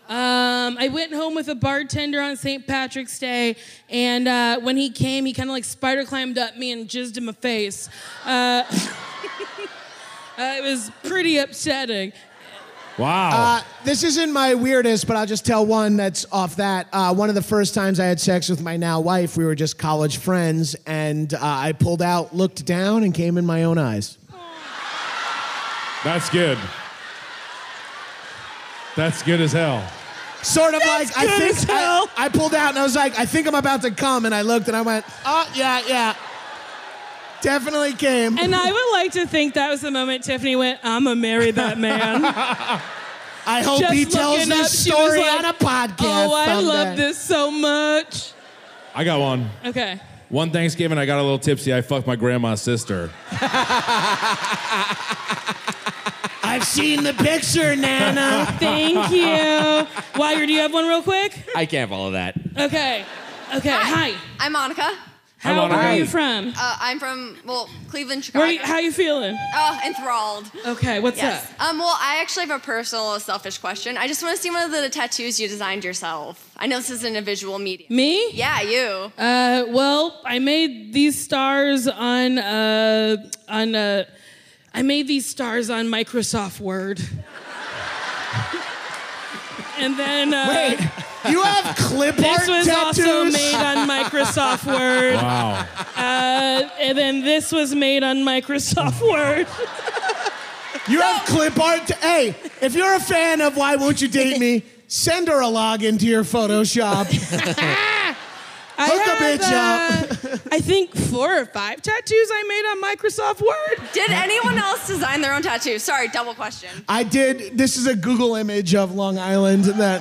Speaker 3: Um, I went home with a bartender on St. Patrick's Day, and uh, when he came, he kind of like spider climbed up me and jizzed in my face. Uh, [laughs] uh, it was pretty upsetting.
Speaker 5: Wow.
Speaker 4: Uh, this isn't my weirdest, but I'll just tell one that's off that. Uh, one of the first times I had sex with my now wife, we were just college friends, and uh, I pulled out, looked down, and came in my own eyes.
Speaker 5: That's good. That's good as hell.
Speaker 4: Sort of like I
Speaker 5: good
Speaker 4: think I, I pulled out and I was like, I think I'm about to come, and I looked and I went, oh yeah, yeah, definitely came.
Speaker 3: And I would like to think that was the moment Tiffany went, "I'm gonna marry that
Speaker 4: [laughs]
Speaker 3: man."
Speaker 4: I hope
Speaker 3: Just
Speaker 4: he tells
Speaker 3: looking up,
Speaker 4: this
Speaker 3: she was
Speaker 4: story
Speaker 3: like,
Speaker 4: on a podcast.
Speaker 3: Oh, I
Speaker 4: someday."
Speaker 3: love this so much.
Speaker 5: I got one.
Speaker 3: Okay.
Speaker 5: One Thanksgiving, I got a little tipsy. I fucked my grandma's sister.
Speaker 4: I've seen the picture, Nana.
Speaker 3: [laughs] Thank you. Wire, do you have one real quick?
Speaker 6: I can't follow that.
Speaker 3: Okay. Okay. Hi.
Speaker 11: I'm Monica.
Speaker 3: How where are you from?
Speaker 15: Uh, I'm from well Cleveland, Chicago.
Speaker 3: Where you, how you feeling?
Speaker 15: Oh, enthralled.
Speaker 3: Okay, what's
Speaker 15: yes.
Speaker 3: up?
Speaker 15: Um, well, I actually have a personal, selfish question. I just want to see one of the tattoos you designed yourself. I know this isn't a visual medium.
Speaker 3: Me?
Speaker 15: Yeah, you.
Speaker 3: Uh, well, I made these stars on uh, on uh, I made these stars on Microsoft Word. [laughs] and then uh,
Speaker 4: Wait, you
Speaker 3: [laughs]
Speaker 4: have clip
Speaker 3: this
Speaker 4: art
Speaker 3: was also
Speaker 4: tattoos? [laughs]
Speaker 3: made on Microsoft Word. [laughs]
Speaker 4: Wow.
Speaker 3: Uh, and then this was made on Microsoft [laughs] Word.
Speaker 4: You have clip art. t- hey, if you're a fan of Why Won't You Date Me, send her a login to your Photoshop.
Speaker 3: I
Speaker 4: Hook
Speaker 3: have,
Speaker 4: a bitch up.
Speaker 3: uh, I think four or five tattoos I made on Microsoft Word.
Speaker 15: Did anyone else design their own tattoo? Sorry, double question.
Speaker 4: I did. This is a Google image of Long Island that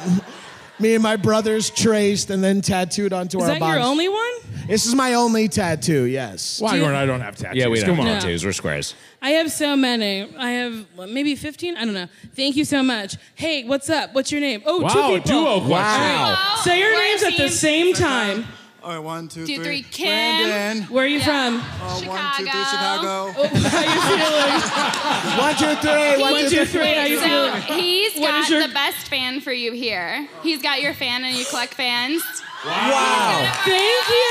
Speaker 4: me and my brothers traced and then tattooed onto
Speaker 3: Is
Speaker 4: our
Speaker 3: that
Speaker 4: bodies.
Speaker 3: your only one?
Speaker 4: This is my only tattoo. Yes.
Speaker 3: Why Do you-
Speaker 5: I don't have tattoos.
Speaker 6: Yeah, we don't
Speaker 5: Come
Speaker 6: have
Speaker 3: on.
Speaker 6: tattoos. We're squares.
Speaker 3: I have so many. I have what, maybe 15? I don't know. Thank you so much. Hey, what's up? What's your name? Oh, two
Speaker 5: Wow,
Speaker 3: people.
Speaker 5: duo question.
Speaker 3: All
Speaker 5: Wow.
Speaker 3: Say your
Speaker 5: We're a
Speaker 3: names at the
Speaker 5: team.
Speaker 3: same time.
Speaker 16: All right, one, two, three.
Speaker 3: Two, three, Kim.
Speaker 16: Brandon.
Speaker 3: Where are you from? Oh,
Speaker 16: Uh, one, two, three, [laughs] Chicago.
Speaker 4: One, two, three. One,
Speaker 16: One,
Speaker 4: two,
Speaker 16: two,
Speaker 4: three.
Speaker 16: three.
Speaker 4: How you
Speaker 16: So-
Speaker 4: feeling?
Speaker 17: He's
Speaker 3: What
Speaker 17: got
Speaker 3: is your-
Speaker 17: the best fan for you here. He's got your fan and you collect fans.
Speaker 4: Wow.
Speaker 3: Thank you.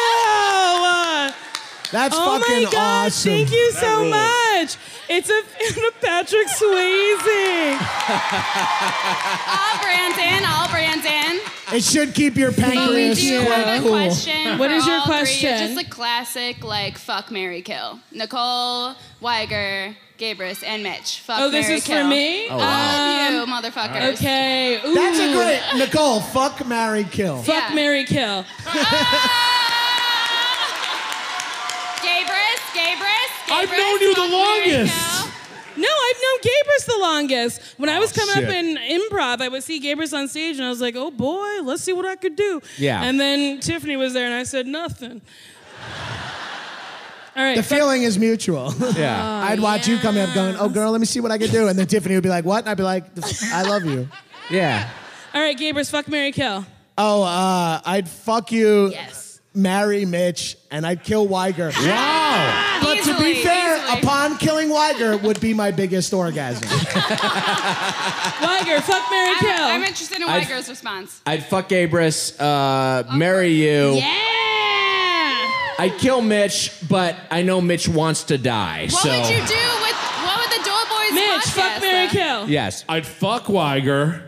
Speaker 4: That's
Speaker 3: oh
Speaker 4: fucking
Speaker 3: my God,
Speaker 4: awesome.
Speaker 3: Thank you
Speaker 4: That
Speaker 3: so
Speaker 4: rules.
Speaker 3: much. It's a, a Patrick Swayze.
Speaker 17: All brands in, all brands in.
Speaker 4: It should keep your pancreas
Speaker 17: do
Speaker 4: quite
Speaker 17: have a
Speaker 4: cool.
Speaker 17: question. for all Three. It's Just a classic, like fuck Mary Kill. Nicole Weiger, Gabris, and Mitch. Fuck
Speaker 3: Oh, this
Speaker 17: marry,
Speaker 3: is for
Speaker 17: kill.
Speaker 3: me? Oh,
Speaker 17: All
Speaker 3: wow.
Speaker 17: of you,
Speaker 3: Um,
Speaker 17: motherfuckers.
Speaker 3: Okay.
Speaker 4: That's a
Speaker 3: Ooh.
Speaker 4: great Nicole. Fuck, marry, kill.
Speaker 3: Fuck, Mary, kill.
Speaker 17: Gabris, Gabris.
Speaker 5: I've known you the longest.
Speaker 3: No, I've known Gabrus the longest. When I was
Speaker 4: Oh,
Speaker 3: coming up
Speaker 5: shit.
Speaker 3: in improv, I would see Gabrus on stage and I was like, oh boy, let's see what I could do.
Speaker 4: Yeah.
Speaker 3: And then Tiffany was there and I said nothing. All right.
Speaker 4: The feeling is mutual.
Speaker 3: Yeah. Oh,
Speaker 4: [laughs] I'd watch you come up going, oh, girl, let me see what I can do. And then Tiffany would be like, what? And I'd be like, I love you.
Speaker 6: Yeah.
Speaker 3: All right, Gabrus, fuck Mary Kill.
Speaker 4: Oh, uh, I'd fuck you. Yes. Marry Mitch, and I'd kill
Speaker 3: [laughs]
Speaker 4: Weiger. Wow. But to be
Speaker 3: Easily,
Speaker 4: fair,
Speaker 3: easily.
Speaker 4: upon killing Weiger would be my biggest
Speaker 3: [laughs]
Speaker 4: orgasm.
Speaker 3: Weiger, fuck Mary
Speaker 17: I'm,
Speaker 3: Kill.
Speaker 17: I'm interested in
Speaker 6: I've-
Speaker 17: Weiger's response.
Speaker 6: I'd fuck Abris, uh, marry you. I'd kill Mitch, but I know Mitch wants to die.
Speaker 17: What
Speaker 6: so
Speaker 17: would you do with what would the Dole Boys
Speaker 3: Mitch, fuck Mary Kill.
Speaker 6: Yes.
Speaker 5: I'd fuck Weiger.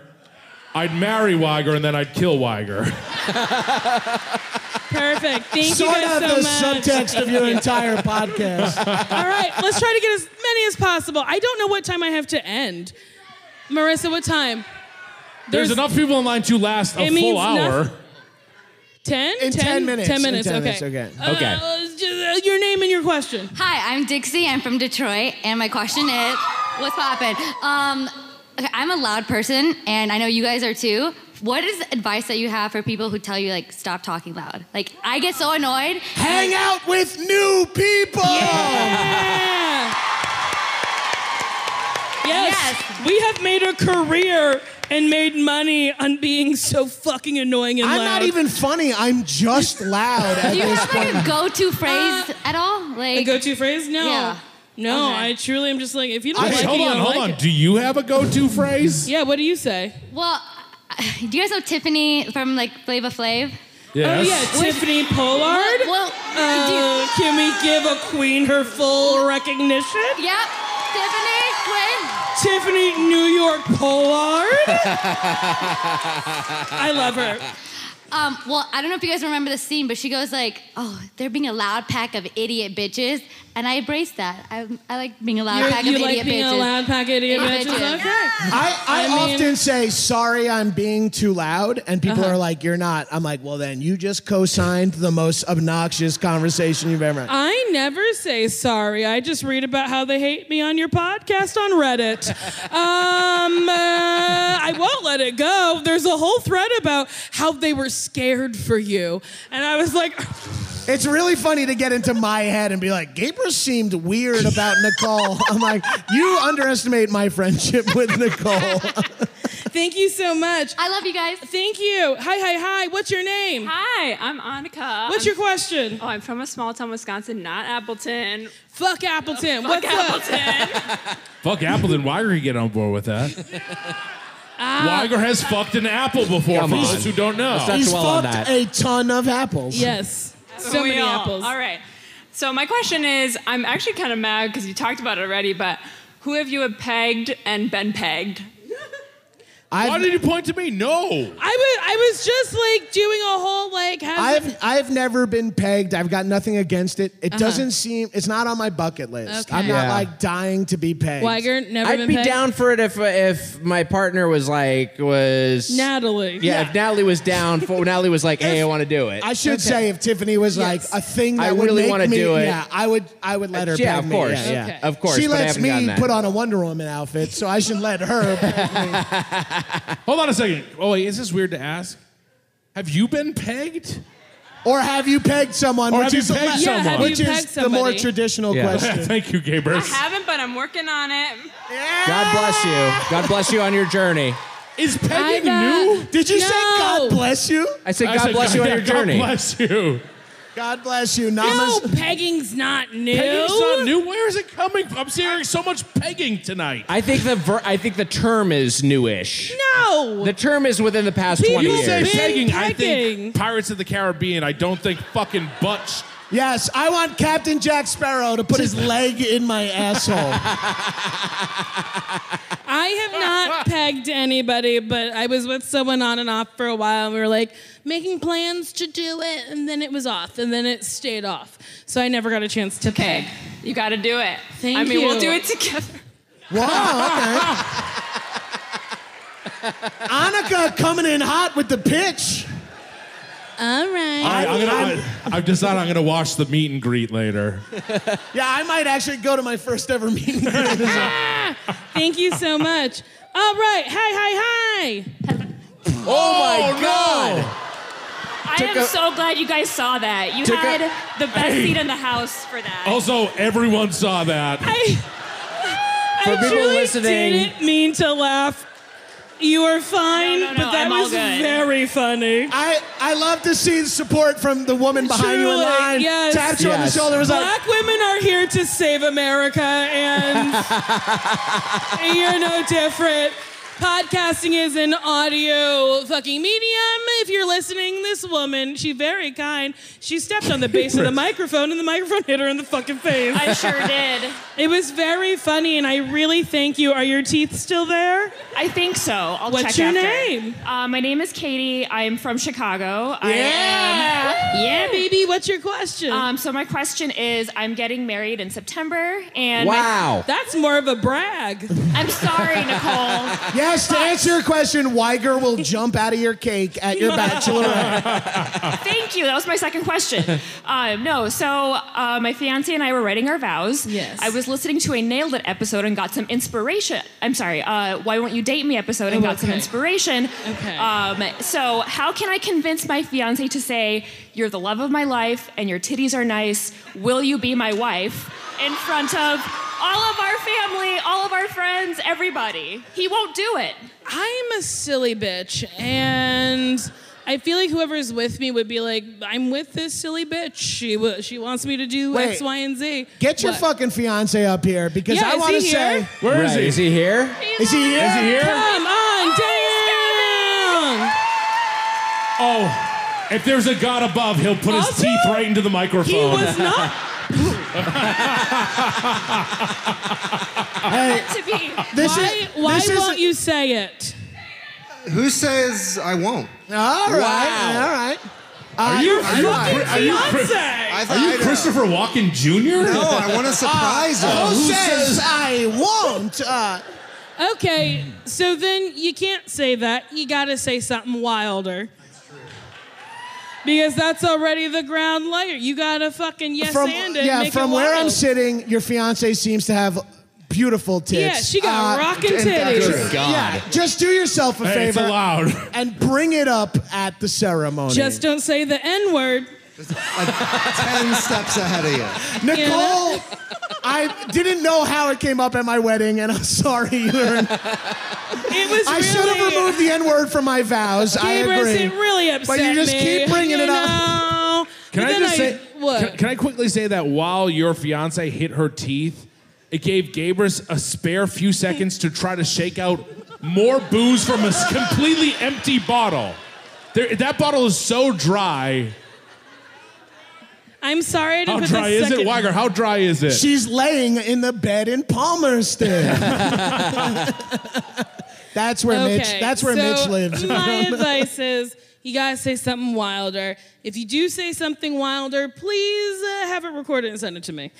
Speaker 5: I'd marry Weiger and then I'd kill Weiger.
Speaker 3: Perfect. Thank
Speaker 4: sort
Speaker 3: you guys
Speaker 4: of
Speaker 3: so
Speaker 4: the
Speaker 3: much.
Speaker 4: subtext of your entire podcast.
Speaker 3: [laughs] All right, let's try to get as many as possible. I don't know what time I have to end. Marissa, what time?
Speaker 5: There's,
Speaker 3: There's-
Speaker 5: enough people in line to last a
Speaker 3: It means
Speaker 5: full hour.
Speaker 3: nothing. 10?
Speaker 4: In 10 minutes.
Speaker 3: 10
Speaker 4: In
Speaker 3: minutes,
Speaker 4: 10
Speaker 3: okay.
Speaker 4: minutes, okay.
Speaker 3: Uh,
Speaker 4: Okay.
Speaker 3: let's do- uh, your name and your question.
Speaker 18: Hi, I'm Dixie. I'm from Detroit, and my question is, what's poppin'? Um, okay, I'm a loud person, and I know you guys are too. What is advice that you have for people who tell you like stop talking loud? Like I get so annoyed.
Speaker 4: Hang out with new people.
Speaker 3: Yes. We have made a career and made money on being so fucking annoying and
Speaker 4: I'm
Speaker 3: loud.
Speaker 4: not even funny. I'm just loud at
Speaker 18: Do you
Speaker 4: this
Speaker 18: have
Speaker 4: point.
Speaker 18: like a go-to phrase at all? Like
Speaker 3: Uh, A go-to phrase? No.
Speaker 18: Yeah.
Speaker 3: No,
Speaker 18: Okay.
Speaker 3: I truly am just like, if you don't
Speaker 5: Wait,
Speaker 3: like
Speaker 5: hold
Speaker 3: it, you
Speaker 5: on,
Speaker 3: don't
Speaker 5: hold
Speaker 3: like
Speaker 5: on.
Speaker 3: it.
Speaker 5: Do you have a go-to phrase?
Speaker 3: Yeah, what do you say?
Speaker 18: Well, [laughs] do you guys know Tiffany from like Flava Flav?
Speaker 5: Yes.
Speaker 3: Oh, yeah, Tiffany Pollard?
Speaker 18: Well,
Speaker 3: Uh, can we give a queen her full recognition?
Speaker 18: Yep. Tiffany, Quinn.
Speaker 3: Tiffany New York
Speaker 4: [laughs]
Speaker 3: Pollard?
Speaker 6: I
Speaker 3: love her.
Speaker 18: Um, well, I don't know if you guys remember the scene, but she goes like, "Oh, they're being a loud pack of idiot bitches," and I embrace that. I, I like being a loud
Speaker 3: You're-
Speaker 18: pack
Speaker 3: you
Speaker 18: of
Speaker 3: like
Speaker 18: idiot
Speaker 3: being
Speaker 18: bitches.
Speaker 3: a loud pack of idiot bitches? Okay.
Speaker 4: I, I,
Speaker 3: I mean-
Speaker 4: often say, sorry, I'm being too loud. And people
Speaker 3: Uh-huh.
Speaker 4: are like, you're not. I'm like, well, then you just co signed the most obnoxious conversation you've ever had.
Speaker 3: [laughs] I never say sorry. I just read about how they hate me on your podcast on
Speaker 18: [laughs]
Speaker 3: Reddit. Um, uh, I won't let it go. There's a whole thread about how they were scared for you. And I was like, [laughs]
Speaker 4: It's really funny to get into my head and be like, Gabriel seemed weird about Nicole. [laughs] I'm like, you underestimate my friendship with Nicole. [laughs]
Speaker 3: Thank you so much.
Speaker 18: I love you guys.
Speaker 3: Thank you. Hi, hi, hi. What's your name?
Speaker 19: Hi, I'm Annika.
Speaker 3: What's
Speaker 19: I'm-
Speaker 3: your question?
Speaker 19: Oh, I'm from a small town, Wisconsin, not Appleton.
Speaker 3: Fuck Appleton.
Speaker 19: Fuck
Speaker 3: What's
Speaker 19: Appleton.
Speaker 5: Fuck Appleton. Weiger could get on board with that.
Speaker 3: Ah.
Speaker 5: Weiger has fucked an apple before,
Speaker 6: Come
Speaker 5: for
Speaker 6: on.
Speaker 5: those who don't know.
Speaker 6: Let's not
Speaker 4: He's
Speaker 6: dwell on
Speaker 4: fucked
Speaker 6: that.
Speaker 4: a ton of apples.
Speaker 3: Yes.
Speaker 19: We all- All right. So my question is, I'm actually kind of mad because you talked about it already, but who have you pegged and been pegged?
Speaker 5: Why did you point to me? No.
Speaker 3: I was I was just like doing a whole like has
Speaker 4: I've I've never been pegged. I've got nothing against it. It
Speaker 3: Uh-huh.
Speaker 4: doesn't seem it's not on my bucket list.
Speaker 3: Okay.
Speaker 4: I'm not
Speaker 6: Yeah.
Speaker 4: like dying to be pegged.
Speaker 3: Weiger, never
Speaker 6: I'd
Speaker 3: been
Speaker 6: be
Speaker 3: pegged?
Speaker 6: down for it if if my partner was like was
Speaker 3: Natalie.
Speaker 6: Yeah, if Natalie was down for Natalie was like, hey, I want to do it.
Speaker 4: I should say if Tiffany was like a thing that
Speaker 6: I
Speaker 4: would
Speaker 6: really
Speaker 4: make
Speaker 6: wanna
Speaker 4: me-
Speaker 6: do it. Uh,
Speaker 4: Yeah, I would I would let her
Speaker 6: Yeah,
Speaker 4: peg
Speaker 6: of
Speaker 4: me.
Speaker 6: course.
Speaker 4: Yeah, yeah.
Speaker 6: Okay. Of course,
Speaker 4: She
Speaker 6: but I
Speaker 4: lets
Speaker 6: haven't gotten
Speaker 4: me
Speaker 6: that.
Speaker 4: put on a Wonder Woman outfit, so I should let her [laughs] peg me.
Speaker 5: [laughs] Hold on a second. Oh, wait, is this weird to ask? Have you been pegged?
Speaker 4: Or have you pegged someone?
Speaker 5: Or
Speaker 4: which
Speaker 5: have you
Speaker 4: is the
Speaker 5: pegged
Speaker 4: le-
Speaker 5: Yeah, someone? have you
Speaker 4: Which
Speaker 5: pegged
Speaker 4: is the more
Speaker 5: somebody?
Speaker 4: traditional
Speaker 5: Yeah.
Speaker 4: question.
Speaker 5: [laughs] Thank you,
Speaker 19: I
Speaker 5: Gabrus.
Speaker 19: haven't, but I'm working on it.
Speaker 6: God bless you. God bless you on your journey.
Speaker 5: Is
Speaker 19: pegging I, uh, new?
Speaker 4: Did you say
Speaker 19: no.
Speaker 4: God bless you?
Speaker 6: I said, I God said,
Speaker 5: [laughs]
Speaker 6: bless you on yeah, your God journey.
Speaker 5: bless you.
Speaker 4: God bless you.
Speaker 3: no
Speaker 4: Namas.
Speaker 3: pegging's not new.
Speaker 5: Pegging's not new. Where is it coming from? I'm hearing so much pegging tonight.
Speaker 6: I think the ver- I think the term is newish.
Speaker 3: No.
Speaker 6: The term is within the past
Speaker 5: When
Speaker 6: twenty
Speaker 5: you
Speaker 6: years.
Speaker 5: say pegging, I think Pirates of the Caribbean. I don't think fucking butt. Sh-
Speaker 4: Yes, I want Captain Jack Sparrow to put his leg in my asshole.
Speaker 3: I have not pegged anybody, but I was with someone on and off for a while, and we were like making plans to do it, and then it was off, and then it stayed off. So I never got a chance to peg.
Speaker 19: You got to do it.
Speaker 3: Thank
Speaker 19: I mean,
Speaker 3: you.
Speaker 19: we'll do it together. [laughs]
Speaker 4: Wow, okay. Annika coming in hot with the pitch.
Speaker 3: All right.
Speaker 5: I, I'm gonna, I, I've decided I'm gonna watch the meet and greet later.
Speaker 4: [laughs] yeah, I might actually go to my first ever meeting. [laughs]
Speaker 3: Thank you so much. All right. Hi, hi, hi.
Speaker 6: Oh, my God.
Speaker 19: I
Speaker 6: Took
Speaker 19: am
Speaker 6: a-
Speaker 19: so glad you guys saw that. You
Speaker 5: Took a-
Speaker 19: had the best
Speaker 5: Hey.
Speaker 19: seat in the house for that.
Speaker 5: Also, everyone saw that.
Speaker 3: I
Speaker 5: people
Speaker 3: truly
Speaker 5: listening-
Speaker 3: didn't mean to laugh. You are fine, but that
Speaker 19: I'm all
Speaker 3: was
Speaker 19: good.
Speaker 3: very funny.
Speaker 4: I, I love to see support from the woman behind you in
Speaker 3: Truly,
Speaker 4: line.
Speaker 3: Yes.
Speaker 4: Taps you on the shoulder. Was like,
Speaker 3: Black women are here to save
Speaker 4: [laughs]
Speaker 3: America, and you're no different. Podcasting is an audio fucking medium. If you're listening, this woman, she very kind. She stepped on the base of the microphone, and the microphone hit her in the fucking face.
Speaker 19: I sure did.
Speaker 3: It was very funny, and I really thank you. Are your teeth still there?
Speaker 19: I think so. I'll
Speaker 3: What's
Speaker 19: check
Speaker 3: your
Speaker 19: after.
Speaker 3: name?
Speaker 19: Uh, my name is Katie. I am from Chicago. I
Speaker 3: Yeah!
Speaker 19: am-
Speaker 3: Yeah, baby. What's your question?
Speaker 19: Um, so my question is, I'm getting married in September, and my-
Speaker 6: Wow.
Speaker 3: That's more of a brag.
Speaker 19: I'm sorry, Nicole.
Speaker 4: yes, to answer your question, Weiger will jump out of your cake at your bachelorette.
Speaker 19: [laughs] Thank you. That was my second
Speaker 3: [laughs]
Speaker 19: question. Um, no, so uh, my fiance and I were writing our vows. Yes. I was listening to a Nailed It episode and got some inspiration. I'm sorry, uh, Why Won't You Date Me episode and
Speaker 3: Oh,
Speaker 19: got some
Speaker 3: okay.
Speaker 19: inspiration.
Speaker 3: Okay.
Speaker 19: Um, so, how can I convince my fiance to say, You're the love of my life and your titties are nice? Will you be my wife? In front of all of our family, all of our friends, everybody. He won't do it.
Speaker 3: I'm a silly bitch, and I feel like whoever's with me would be like, I'm with this silly bitch. She w- she wants me to do
Speaker 4: Wait.
Speaker 3: X, Y, and Z.
Speaker 4: Get your
Speaker 3: What?
Speaker 4: fucking fiance up here because
Speaker 3: Yeah,
Speaker 4: I
Speaker 3: is
Speaker 4: want to
Speaker 3: he here?
Speaker 4: say.
Speaker 6: Where is he? Is he here?
Speaker 4: Is he here? Oh,
Speaker 5: Is he here?
Speaker 3: Come on down.
Speaker 5: Oh, if there's a God above, he'll put his
Speaker 3: Also,
Speaker 5: teeth right into the microphone.
Speaker 3: He was not.
Speaker 4: Hey,
Speaker 19: To be.
Speaker 4: This
Speaker 3: why
Speaker 4: is-
Speaker 3: why
Speaker 4: this is-
Speaker 3: won't you say it?
Speaker 16: [laughs] Who says I won't?
Speaker 4: all right,
Speaker 16: Wow.
Speaker 4: all [laughs] right.
Speaker 5: Are you? Are you?
Speaker 16: I-
Speaker 5: Are you? Are you,
Speaker 16: I
Speaker 5: are
Speaker 16: thought
Speaker 5: you
Speaker 16: I'd- uh,
Speaker 5: Christopher Walken Jr.?
Speaker 16: No, I want to surprise
Speaker 4: Uh,
Speaker 16: him.
Speaker 4: who,
Speaker 16: Who
Speaker 4: says,
Speaker 16: says-
Speaker 4: I won't? Uh,
Speaker 3: Okay, so then you can't say that. You gotta say something wilder. Because that's already the ground layer. You gotta fucking yes
Speaker 4: from
Speaker 3: and it.
Speaker 4: yeah,
Speaker 3: make
Speaker 4: from
Speaker 3: it
Speaker 4: where I'm
Speaker 3: wild.
Speaker 4: sitting, your fiance seems to have beautiful tits. Uh,
Speaker 3: Yeah, she got rockin'
Speaker 4: and-
Speaker 3: titties.
Speaker 5: Good God.
Speaker 4: Yeah, just do yourself a
Speaker 5: Hey, it's
Speaker 4: favor.
Speaker 5: allowed.
Speaker 4: And bring it up at the ceremony.
Speaker 3: Just don't say the N word.
Speaker 4: ten steps ahead of you. Nicole,
Speaker 3: You know?
Speaker 4: I didn't know how it came up at my wedding, and I'm sorry. You learned.
Speaker 3: [laughs] It was
Speaker 4: I should have
Speaker 3: really-
Speaker 4: removed the N word from my vows. I
Speaker 3: Gabrus,
Speaker 4: agree.
Speaker 3: it really upset
Speaker 4: But you just
Speaker 3: me,
Speaker 4: keep bringing
Speaker 3: you
Speaker 4: it up.
Speaker 3: know?
Speaker 5: Can
Speaker 3: But
Speaker 5: I
Speaker 3: then
Speaker 5: just say?
Speaker 3: what?
Speaker 5: Can, can I quickly say that while your fiance hit her teeth, it gave Gabrus a spare few seconds to try to shake out more booze from a s- completely empty bottle. There, that bottle is so dry.
Speaker 3: I'm sorry to
Speaker 5: How
Speaker 3: put
Speaker 5: dry
Speaker 3: the
Speaker 5: is
Speaker 3: second...
Speaker 5: it, Weiger? How dry is it?
Speaker 4: She's laying in the bed in [laughs] Palmerston. that's where Mitch. That's where
Speaker 3: so
Speaker 4: Mitch lives. [laughs]
Speaker 3: My advice is you gotta say something wilder. If you do say something wilder, please uh, have it recorded and send it to me.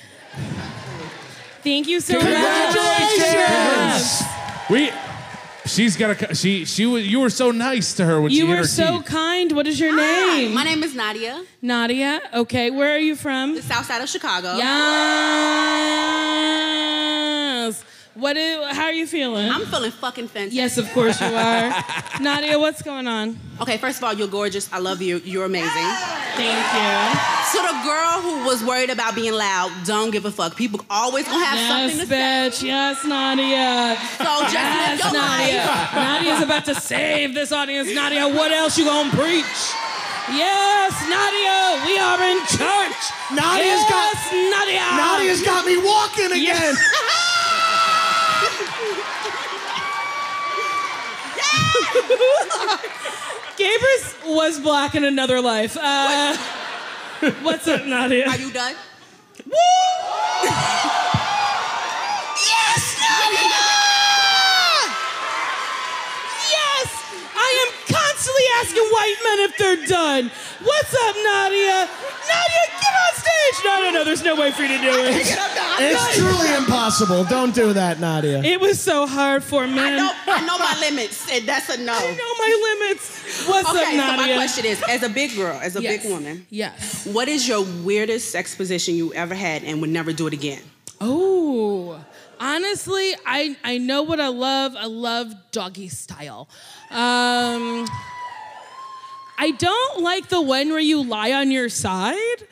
Speaker 3: Thank you so
Speaker 5: Congratulations!
Speaker 3: much.
Speaker 5: We. She's got a. She. She. wa- You were so nice to her when she
Speaker 3: You
Speaker 5: hit
Speaker 3: were
Speaker 5: her
Speaker 3: so
Speaker 5: teeth.
Speaker 3: kind. What is your
Speaker 12: Ah,
Speaker 8: Hi,
Speaker 3: name?
Speaker 8: my name is Nadia.
Speaker 3: Nadia. Okay, where are you from?
Speaker 8: The south side of Chicago.
Speaker 3: Yes. What? Is, how are you feeling?
Speaker 8: I'm feeling fucking fantastic.
Speaker 3: Yes, of course you
Speaker 8: [laughs]
Speaker 3: are. Nadia, what's going on?
Speaker 8: Okay, first of all, you're gorgeous. I love you. You're amazing.
Speaker 3: Thank you.
Speaker 8: So the girl who was worried about being loud, don't give a fuck. People always gonna have
Speaker 3: yes,
Speaker 8: something to
Speaker 3: bitch. Yes, Nadia.
Speaker 8: So just
Speaker 3: yes,
Speaker 8: live your
Speaker 3: Nadia.
Speaker 8: life. [laughs]
Speaker 3: Nadia's about to save this audience. Nadia, what else you gonna preach? Yes, Nadia, we are in church.
Speaker 4: Nadia's
Speaker 3: yes,
Speaker 4: got-
Speaker 3: Nadia.
Speaker 4: Nadia's got me walking again.
Speaker 3: [laughs] Gabrus was black in another life. Uh, what's up, Nadia?
Speaker 8: Are you done?
Speaker 3: Yes, Nadia! Yes! I am constantly asking white men if they're done. What's up, Nadia? Nadia, get on stage! No, no, no, there's no way for you to do it.
Speaker 4: It's truly impossible. Don't do that, Nadia.
Speaker 3: It was so hard for me.
Speaker 8: I know, I know my limits, and that's a no. I know
Speaker 3: my limits. What's up,
Speaker 8: okay, so
Speaker 3: Nadia?
Speaker 8: my question is, as a big girl, as a
Speaker 3: Yes.
Speaker 8: big woman,
Speaker 3: yes.
Speaker 8: what is your weirdest sex position you ever had and would never do it again?
Speaker 3: Oh, honestly, I, I know what I love. I love doggy style. Um, I don't like the one where you lie on your side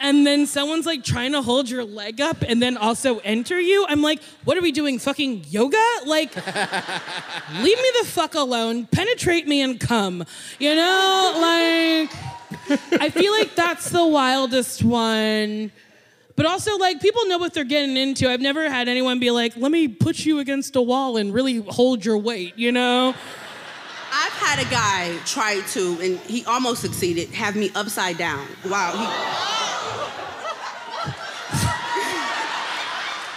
Speaker 3: and then someone's like trying to hold your leg up and then also enter you. I'm like, what are we doing? Fucking yoga? Like, [laughs] leave me the fuck alone. Penetrate me and come. You know, like, I feel like that's the wildest one. But also, like, people know what they're getting into. I've never had anyone be like, let me put you against a wall and really hold your weight, you know?
Speaker 8: I've had a guy try to, and he almost succeeded, have me upside down. Wow. He,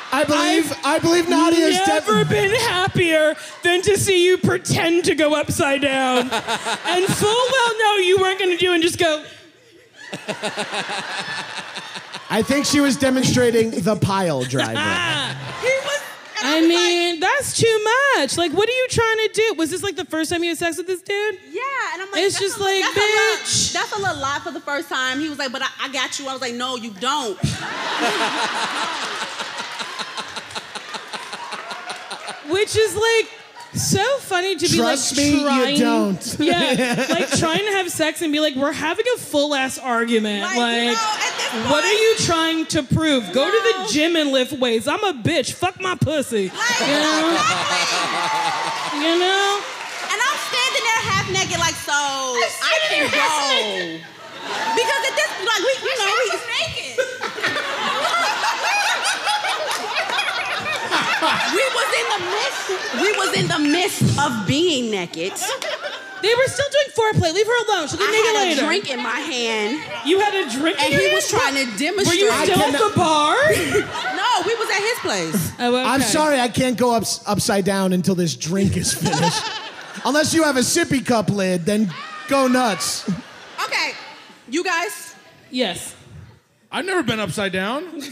Speaker 4: I believe I believe Nadia is
Speaker 3: never
Speaker 4: definitely
Speaker 3: been happier than to see you pretend to go upside down
Speaker 4: [laughs]
Speaker 3: and full well know you weren't going to do and just go,
Speaker 4: I think she was demonstrating the pile
Speaker 3: [laughs]
Speaker 4: driver.
Speaker 3: I mean, that's too much. Like, what are you trying to do? Was this like the first time you had sex with this dude?
Speaker 8: yeah, and I'm like,
Speaker 3: It's
Speaker 8: that's
Speaker 3: just
Speaker 8: a-
Speaker 3: like,
Speaker 8: that's A little, that's a little lie for the first time. He was like, but I, I got you. I was like, no, you don't.
Speaker 3: Which is like so funny to be
Speaker 4: Trust
Speaker 3: like
Speaker 4: me, you
Speaker 3: trying,
Speaker 4: don't.
Speaker 3: [laughs] yeah, like trying to have sex and be like, we're having a full ass argument. Like, what are you trying to prove? Go to the gym and lift weights. I'm a bitch. Fuck my pussy. you know? You know?
Speaker 8: And I'm standing there half naked, like, so I
Speaker 3: standing
Speaker 8: can
Speaker 3: there
Speaker 8: go.
Speaker 3: half
Speaker 8: Because at this, like, we, you know, we. [laughs] we was in the midst. We was in the midst of being naked.
Speaker 3: They were still doing foreplay. Leave her alone. She'll get
Speaker 8: I
Speaker 3: naked
Speaker 8: had
Speaker 3: later.
Speaker 8: A drink in my hand.
Speaker 3: You had a drink,
Speaker 8: and
Speaker 3: in your
Speaker 8: he was
Speaker 3: hand?
Speaker 8: trying to
Speaker 3: Were
Speaker 8: demonstrate.
Speaker 3: you still at the bar?
Speaker 8: [laughs]
Speaker 3: [laughs] Oh,
Speaker 8: no, we was at his place.
Speaker 4: I'm sorry, I can't go ups, upside down until this drink is
Speaker 3: [laughs]
Speaker 4: finished. Unless you have a sippy cup lid, then go nuts.
Speaker 8: Okay, you guys.
Speaker 3: Yes.
Speaker 5: I've never been upside down.
Speaker 3: [laughs]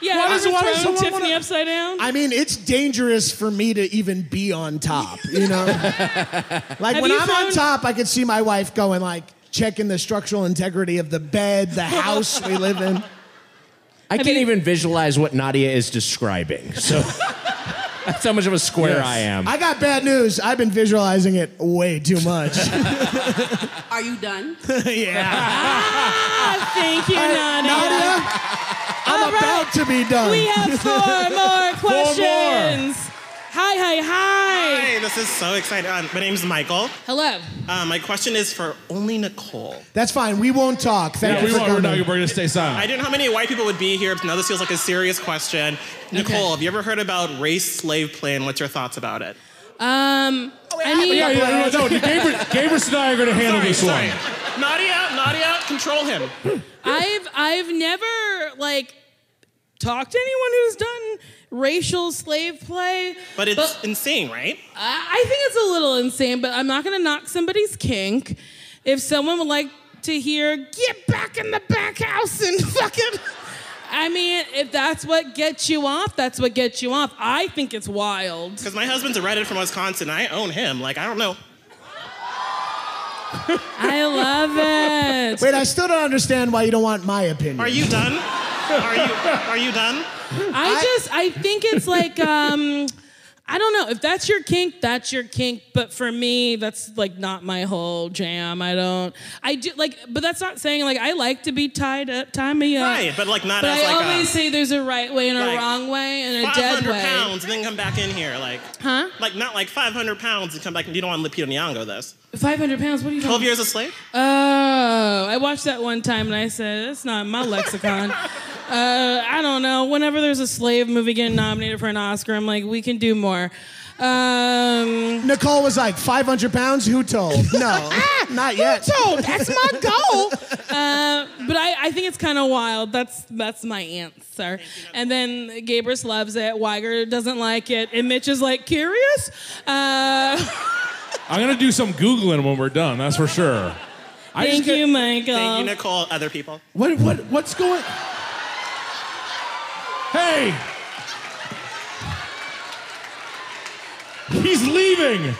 Speaker 3: Yeah,
Speaker 4: Why
Speaker 3: why
Speaker 4: does-
Speaker 3: does,
Speaker 4: why does
Speaker 3: thrown
Speaker 4: someone
Speaker 3: Tiffany
Speaker 4: wanna-
Speaker 3: upside down?
Speaker 4: I mean, it's dangerous for me to even be on top, you
Speaker 6: [laughs]
Speaker 4: know? like
Speaker 3: Have
Speaker 4: when
Speaker 3: you
Speaker 4: I'm on
Speaker 3: found-
Speaker 4: top, I could see my
Speaker 5: [laughs]
Speaker 4: wife going like checking the structural integrity of the bed, the house we live in.
Speaker 6: I, can't even visualize what Nadia is describing.
Speaker 5: [laughs]
Speaker 6: So that's how much of a square I am.
Speaker 4: I got bad news. I've been visualizing it way too
Speaker 3: [laughs]
Speaker 4: much.
Speaker 8: Are you done?
Speaker 4: [laughs] yeah.
Speaker 3: Ah, Thank you, Nadia.
Speaker 4: I'm
Speaker 3: All
Speaker 4: about to be done. [laughs]
Speaker 3: We
Speaker 5: [laughs]
Speaker 3: have four more
Speaker 20: Four more.
Speaker 3: questions. Hi, hi, hi.
Speaker 20: Hi, this is so exciting. Um, my name's Michael.
Speaker 3: Hello.
Speaker 20: Uh, my question is for only Nicole.
Speaker 4: That's fine. We won't talk. Thank you
Speaker 5: we
Speaker 4: for
Speaker 5: won't. We're, not,
Speaker 4: coming.
Speaker 5: we're gonna stay
Speaker 20: I
Speaker 5: silent.
Speaker 20: didn't know how many white people would be here, but now this feels like a serious question. Nicole, have you ever heard about race slave plan? What's your thoughts about it?
Speaker 3: Um, I mean,
Speaker 5: yeah, yeah, no, no, Gabriel, Gabriel and I are gonna handle
Speaker 20: Sorry,
Speaker 5: this
Speaker 20: sorry.
Speaker 5: one.
Speaker 20: Nadia, Nadia, control him.
Speaker 3: I've I've never like talked to anyone who's done racial slave play.
Speaker 20: But it's insane, right?
Speaker 3: I, I think it's a little insane, but I'm not gonna knock somebody's kink. If someone would like to hear "Get back in the back house" and [laughs] fucking, I mean, if that's what gets you off, that's what gets you off. I think it's wild.
Speaker 20: Because my husband's a redhead from Wisconsin. I own him. Like I don't know.
Speaker 3: I love it.
Speaker 4: Wait, I still don't understand why you don't want my opinion.
Speaker 20: Are you done? Are you are you done?
Speaker 3: I just I think it's like um I don't know if that's your kink, that's your kink. But for me, that's like not my whole jam. I don't. I do like, but that's not saying like I like to be tied up, tie me up.
Speaker 20: Right, but, like, not
Speaker 3: But
Speaker 20: as,
Speaker 3: I
Speaker 20: like, a-
Speaker 3: always say there's a right way and a
Speaker 20: like,
Speaker 3: wrong way and a
Speaker 20: 500
Speaker 3: dead way.
Speaker 20: pounds and then come back in here like
Speaker 3: Huh?
Speaker 20: like not like 500 pounds and come back and you don't want Lupita Nyong'o this.
Speaker 3: Five hundred pounds. What are you?
Speaker 20: 12
Speaker 3: talking-
Speaker 20: years a slave?
Speaker 3: Oh, I watched that one time and I said, that's not in my
Speaker 20: [laughs]
Speaker 3: lexicon. uh, I don't know. Whenever there's a slave movie getting nominated for an Oscar, I'm like, we can do more. Um,
Speaker 4: Nicole was like, 500 pounds? Who told?
Speaker 3: [laughs]
Speaker 4: No, not yet.
Speaker 3: told? That's my
Speaker 4: [laughs]
Speaker 3: goal. uh, but I, I think it's kind of wild. That's that's my answer. And then Gabris loves it. Weiger doesn't like it. And Mitch is like curious. Uh, [laughs]
Speaker 5: I'm gonna do some googling when we're done. That's for sure. I just
Speaker 3: thank
Speaker 5: get-
Speaker 3: you, Michael.
Speaker 20: Thank you, Nicole. Other people.
Speaker 5: What what what's going? Hey, he's leaving.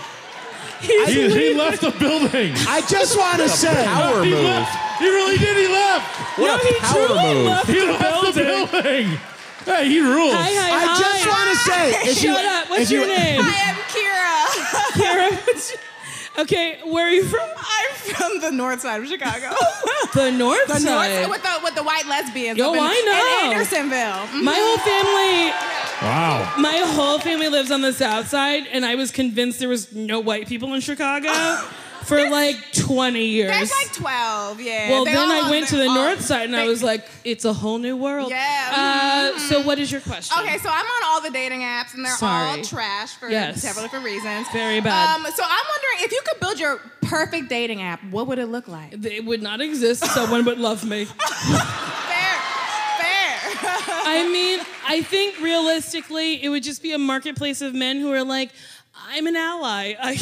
Speaker 3: He's
Speaker 5: he, he
Speaker 3: leaving.
Speaker 5: left the building.
Speaker 4: I just want to say.
Speaker 5: he Left. He really did. He left.
Speaker 4: What No, a he power truly move. left
Speaker 5: he
Speaker 4: the
Speaker 5: left the building. Hey, he rules.
Speaker 3: Hi, hi,
Speaker 4: I just
Speaker 3: hi.
Speaker 4: want to
Speaker 3: [laughs]
Speaker 4: say. if you-
Speaker 3: Shut up.
Speaker 4: if
Speaker 3: What's your
Speaker 4: you-
Speaker 3: name?
Speaker 11: am
Speaker 3: [laughs]
Speaker 11: Kira.
Speaker 3: Kara. what's your- Okay, where are you from?
Speaker 11: I'm from the north side of Chicago.
Speaker 3: [laughs] The North
Speaker 11: the north
Speaker 3: Side.
Speaker 11: side with the with the white lesbians.
Speaker 3: Yo,
Speaker 11: up in,
Speaker 3: I know.
Speaker 11: In Andersonville. Mhm.
Speaker 3: My whole family,
Speaker 5: Wow.
Speaker 3: my whole family lives on the South Side, and I was convinced there was no white people in Chicago
Speaker 11: [laughs]
Speaker 3: for like 20 years.
Speaker 11: There's like 12, yeah.
Speaker 3: well,
Speaker 11: They
Speaker 3: then
Speaker 11: all
Speaker 3: I went to
Speaker 11: on
Speaker 3: the
Speaker 11: their own.
Speaker 3: North Side, and I was like, it's a whole new world.
Speaker 11: Yeah. Mm-hmm.
Speaker 3: Uh, so, what is your question?
Speaker 11: Okay, so I'm on all the dating apps, and they're
Speaker 3: Sorry.
Speaker 11: all trash for
Speaker 3: Yes.
Speaker 11: several different reasons.
Speaker 3: Very bad.
Speaker 11: Um, so I'm wondering if you could build your perfect dating app, what would it look like?
Speaker 3: It would not exist. Someone would love me.
Speaker 11: Fair.
Speaker 3: I mean, I think realistically, it would just be a marketplace of men who are like, I'm an ally. I,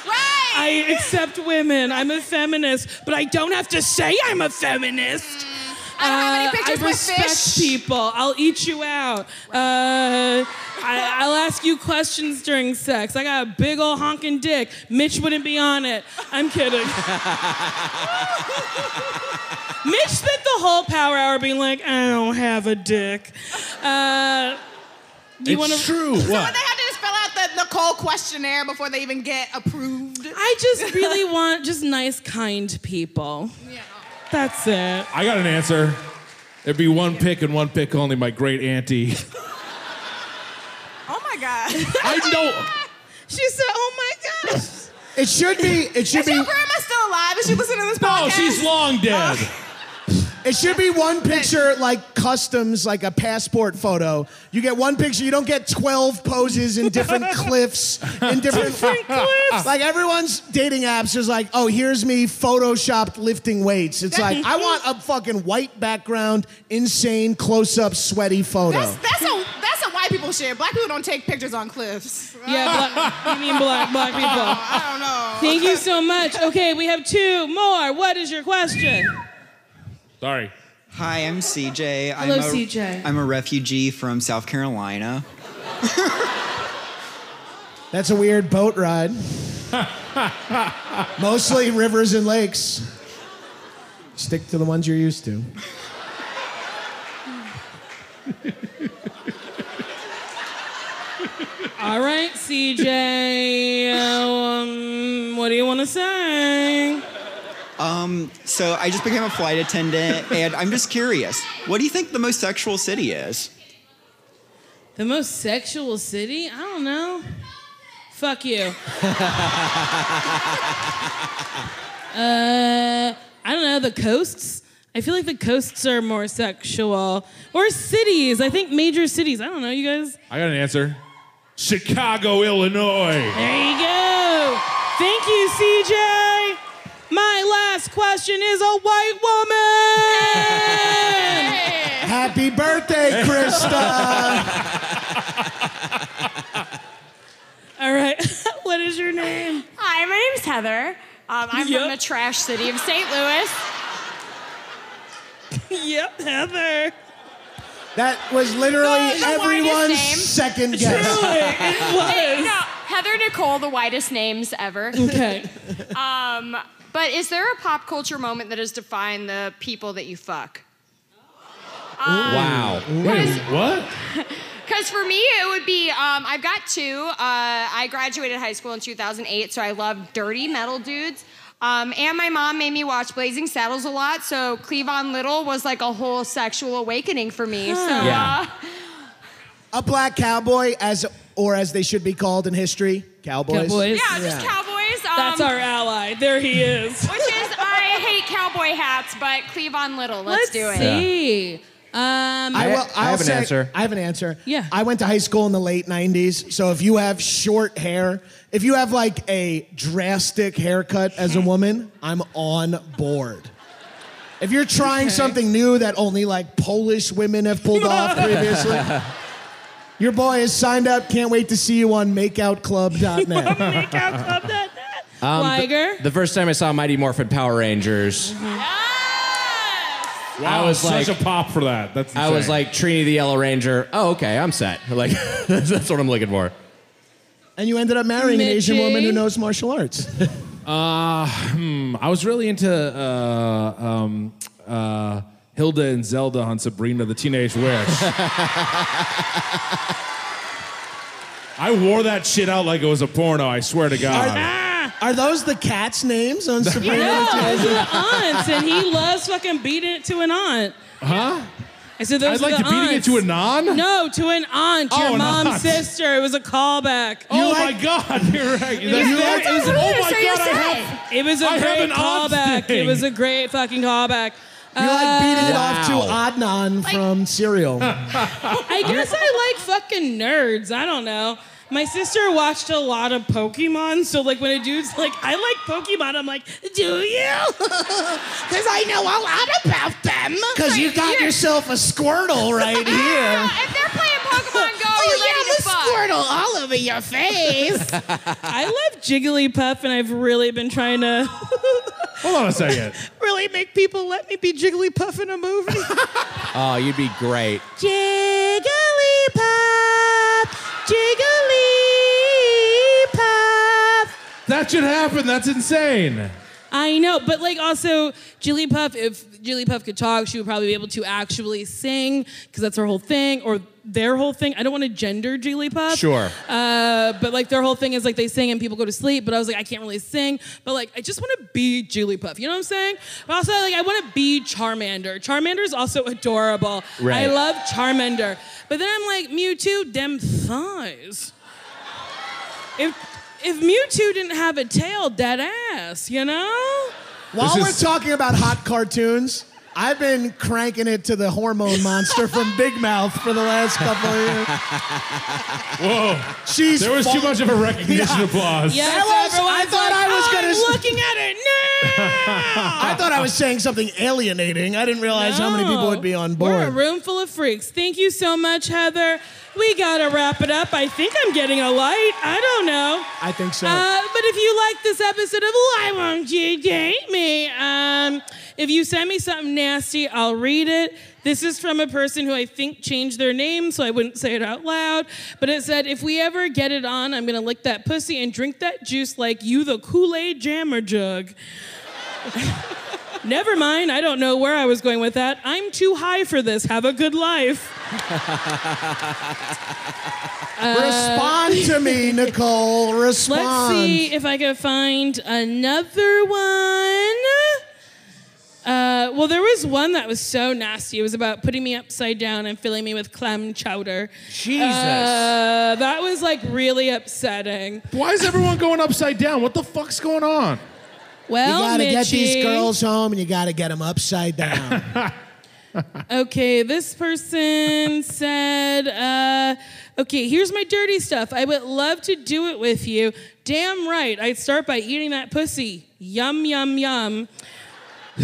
Speaker 3: [laughs] I accept women. I'm a feminist, but I don't have to say I'm a feminist. Uh, I
Speaker 11: don't have any pictures
Speaker 3: I
Speaker 11: with
Speaker 3: respect people. I'll eat you out. Uh, I, I'll ask you questions during sex. I got a big old honking dick. Mitch wouldn't be on it. I'm
Speaker 11: [laughs]
Speaker 3: kidding. Mitch spent the whole power hour being like, I don't have a dick. Uh, you
Speaker 5: It's
Speaker 3: wanna...
Speaker 5: true.
Speaker 11: [laughs] So would they have to just fill out the Nicole questionnaire before they even get approved.
Speaker 3: I just really want just nice, kind people. Yeah. That's it.
Speaker 5: I got an answer. There'd be one pick and one pick only. My great auntie. [laughs]
Speaker 11: Oh my god.
Speaker 5: I know.
Speaker 11: [laughs] She said, "Oh my gosh."
Speaker 4: It should be. It should
Speaker 11: Is your
Speaker 4: be.
Speaker 11: grandma still alive? Is she listening to this podcast?
Speaker 5: Oh, she's long dead.
Speaker 4: It should be one picture like customs, like a passport photo. You get one picture. You don't get twelve poses in different cliffs, in different,
Speaker 5: Different cliffs.
Speaker 4: Like everyone's dating apps is like, oh, here's me photoshopped lifting weights. It's like I want a fucking white background, insane close-up, sweaty photo.
Speaker 11: That's, that's a that's a white people shit. Black people don't take pictures on cliffs.
Speaker 3: Yeah,
Speaker 11: [laughs]
Speaker 3: black, you mean black black people? I don't know. Thank you so much. Okay, we have two more. What is your question?
Speaker 5: Sorry.
Speaker 21: Hi, I'm CJ.
Speaker 3: Hello,
Speaker 21: I'm a,
Speaker 3: CJ.
Speaker 21: I'm a refugee from South Carolina.
Speaker 4: That's a weird boat ride. Mostly rivers and lakes. Stick to the ones you're used to.
Speaker 3: [sighs] All right, CJ. Um, what do you want to say?
Speaker 21: Um, so I just became a flight attendant, and I'm just curious. What do you think the most sexual
Speaker 22: [laughs]
Speaker 21: city is?
Speaker 3: The most sexual city? I don't know. Fuck you. Uh, I don't know, the coasts? I feel like the coasts are more sexual. Or cities. I think major cities. I don't know, you guys.
Speaker 5: I got an answer. Chicago, Illinois.
Speaker 3: There you go. Thank you, CJ. My last question is a white woman.
Speaker 4: Happy birthday, Krista.
Speaker 3: All right. [laughs] what is your name?
Speaker 2: Hi, my name's Heather. Um, I'm from the trash city of St. Louis.
Speaker 3: [laughs] yep, Heather.
Speaker 4: That was literally
Speaker 2: No, the whitest
Speaker 4: everyone's
Speaker 2: name.
Speaker 4: second guess.
Speaker 3: [laughs]
Speaker 2: Hey, no, Heather Nicole, the whitest names ever.
Speaker 3: [laughs] Okay.
Speaker 2: Um, but is there a pop culture moment that has defined the people that you fuck?
Speaker 6: wow.
Speaker 2: Wait,
Speaker 5: Ah. what?
Speaker 2: Because for me, it would be um, I've got two. Uh, I graduated high school in 2008, so I love dirty metal dudes. Um, and my mom made me watch Blazing Saddles a lot, so Cleavon Little was like a whole sexual awakening for me. So,
Speaker 4: Yeah.
Speaker 2: uh,
Speaker 4: A black cowboy, as or as they should be called in history, cowboys.
Speaker 3: Cowboys.
Speaker 2: yeah, just cowboys. Um,
Speaker 3: That's our ally. There he is.
Speaker 2: Which is I hate cowboy hats, but Cleavon Little. Let's, do it.
Speaker 3: see. Um,
Speaker 4: I, will, I'll
Speaker 6: have an
Speaker 4: say-
Speaker 6: answer.
Speaker 4: I have an answer.
Speaker 3: Yeah.
Speaker 4: I went to high school in the late 90s, so if you have short hair, if you have like a drastic haircut as a woman, I'm on board. If you're trying something new that only like Polish women have pulled
Speaker 3: [laughs]
Speaker 4: off previously, your boy is signed up. Can't wait to see you on
Speaker 3: [laughs]
Speaker 4: makeoutclub.net.
Speaker 6: Um, th-
Speaker 3: Liger?
Speaker 6: the first time I saw Mighty Morphin Power Rangers,
Speaker 5: Wow,
Speaker 6: I was
Speaker 5: such
Speaker 6: like-
Speaker 5: a pop for that. That's
Speaker 6: I was
Speaker 5: insane.
Speaker 6: like Trini the Yellow Ranger. Oh, okay, I'm set. [laughs] Like that's, that's what I'm looking for.
Speaker 4: and you ended up marrying an Asian woman who knows martial
Speaker 3: [laughs]
Speaker 4: arts.
Speaker 5: Uh, hmm, I was really into uh, um, uh, Hilda and Zelda on Sabrina the Teenage [laughs] Witch. I wore that shit out like it was a porno. I Ah! swear to God.
Speaker 4: Are those the
Speaker 3: [laughs]
Speaker 4: cats' names on Sabrina?
Speaker 3: You know,
Speaker 4: the
Speaker 3: those are
Speaker 4: Teenage-
Speaker 3: the aunts, and he loves fucking beating it to an aunt.
Speaker 5: Huh?
Speaker 3: I said those
Speaker 5: I'd
Speaker 3: are
Speaker 5: like
Speaker 3: the
Speaker 5: to beating it to a
Speaker 3: aunts.
Speaker 5: non?
Speaker 3: No, to an aunt,
Speaker 5: Oh,
Speaker 3: your
Speaker 5: an
Speaker 3: mom's
Speaker 5: aunt.
Speaker 3: sister. It was a callback.
Speaker 5: Oh my God! [laughs] You're right. That's-
Speaker 3: Yeah,
Speaker 5: it was- oh my God! I have
Speaker 3: It was a
Speaker 5: I have
Speaker 3: great
Speaker 5: an aunt
Speaker 3: callback. It
Speaker 5: thing.
Speaker 3: was a great fucking callback.
Speaker 4: You like beating it
Speaker 3: Uh,
Speaker 4: off to Adnan from Serial.
Speaker 3: I guess I like fucking nerds. I don't know. My sister watched a lot of Pokemon, so like when a dude's like, I like Pokemon, I'm like, do you? [laughs] Because I know a lot about them.
Speaker 4: Because you got yourself a Squirtle
Speaker 3: [laughs]
Speaker 4: right here.
Speaker 2: If they're playing Pokemon Go,
Speaker 10: Oh,
Speaker 2: you're
Speaker 10: yeah,
Speaker 2: ready to
Speaker 10: the
Speaker 2: fuck.
Speaker 10: Squirtle all over your
Speaker 11: [laughs]
Speaker 10: face.
Speaker 3: I love Jigglypuff, and I've really been trying to
Speaker 5: Hold on a
Speaker 3: [laughs]
Speaker 5: second.
Speaker 3: really make people let me be Jigglypuff in a movie.
Speaker 6: Oh, you'd be great.
Speaker 3: Jigglypuff, Jigglypuff.
Speaker 5: That should happen. That's insane.
Speaker 3: I know, but like also Jigglypuff, if Jigglypuff could talk, she would probably be able to actually sing because that's her whole thing or their whole thing. I don't want to gender Jigglypuff.
Speaker 6: Sure.
Speaker 3: Uh, but like their whole thing is like they sing and people go to sleep, but I was like, I can't really sing, but like I just want to be Jigglypuff. You know what I'm saying? But also like I want to be Charmander. Charmander's also [laughs] adorable.
Speaker 10: Right.
Speaker 3: I love Charmander. But then I'm like, Mewtwo, them thighs. If if Mewtwo didn't have a tail, dead ass, you know?
Speaker 4: While we're talking about hot cartoons, I've been cranking it to the hormone monster from Big Mouth for the last couple of
Speaker 3: [laughs]
Speaker 4: years.
Speaker 5: Whoa.
Speaker 4: She's
Speaker 5: there was too
Speaker 4: fall-
Speaker 5: much of a recognition
Speaker 4: Yeah.
Speaker 5: applause.
Speaker 4: Yes, That was- I
Speaker 3: everyone's
Speaker 4: thought
Speaker 3: like,
Speaker 4: I was
Speaker 3: "Oh,
Speaker 4: gonna
Speaker 3: I'm
Speaker 4: s-
Speaker 3: looking at it now.
Speaker 4: I thought I was saying something alienating. I didn't realize how many people would be on
Speaker 3: We're a
Speaker 4: board.
Speaker 3: room full of freaks. Thank you so much, Heather. We gotta wrap it up. I think I'm getting a light. I don't know.
Speaker 4: I think so.
Speaker 3: Uh, but if you like this episode of Why Won't You Date Me? Um, if you send me something nasty, I'll read it. This is from a person who I think changed their name, so I wouldn't say it out loud. But it said, if we ever get it on, I'm gonna lick that pussy and drink that juice like you, the Kool Aid Jammer Jug. [laughs] Never mind, I don't know where I was going with that. I'm too high for this. Have a good life.
Speaker 8: [laughs] Respond to me, Nicole. Respond.
Speaker 3: Let's see if I can find another one. Uh, well, there was one that was so nasty. It was about putting me upside down and filling me with clam chowder.
Speaker 20: Jesus.
Speaker 3: Uh, that was like really upsetting.
Speaker 20: Why is everyone going upside down? What the fuck's going on?
Speaker 3: [laughs] Well,
Speaker 8: you gotta get
Speaker 3: Mitchie.
Speaker 8: these girls home, and you gotta get them upside
Speaker 20: [laughs]
Speaker 8: down.
Speaker 3: Okay, this person said, uh, okay, here's my dirty stuff. I would love to do it with you. Damn right, I'd start by eating that pussy. Yum, yum, yum.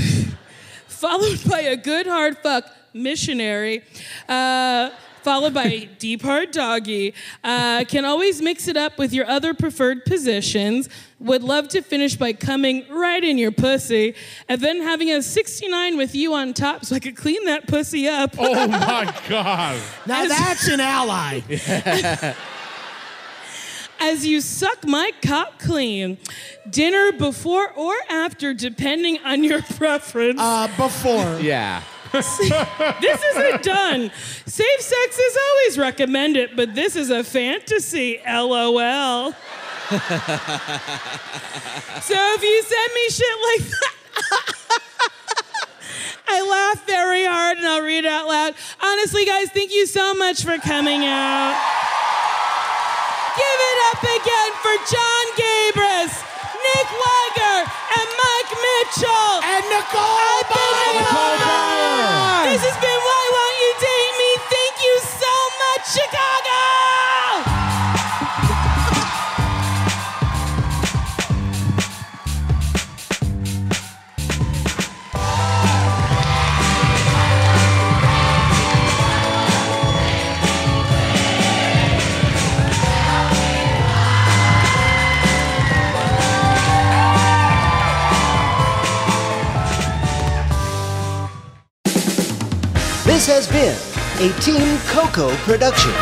Speaker 3: [laughs] followed by a good hard fuck missionary. Uh, Followed by a deep hard doggy. Uh, can always mix it up with your other preferred positions. Would love to finish by coming right in your pussy and then having a 69 with you on top so I could clean that pussy up.
Speaker 20: Oh
Speaker 3: [laughs]
Speaker 20: my God.
Speaker 8: [laughs] Now that's an ally.
Speaker 3: as you suck my cock clean. Dinner before or after, depending on your preference. Uh,
Speaker 8: before.
Speaker 23: Yeah.
Speaker 3: this isn't done. Safe sex is always recommended, but this is a fantasy, lol. So if you send me shit like that, I laugh very hard and I'll read it out loud. Honestly, guys, thank you so much for coming out. Give it up again for John Gabris, Nick Lager, and Mike Mitchell. And Nicole This has been Why Won't You Date Me? Thank you so much, Chicago!
Speaker 22: This has been a Team Coco production.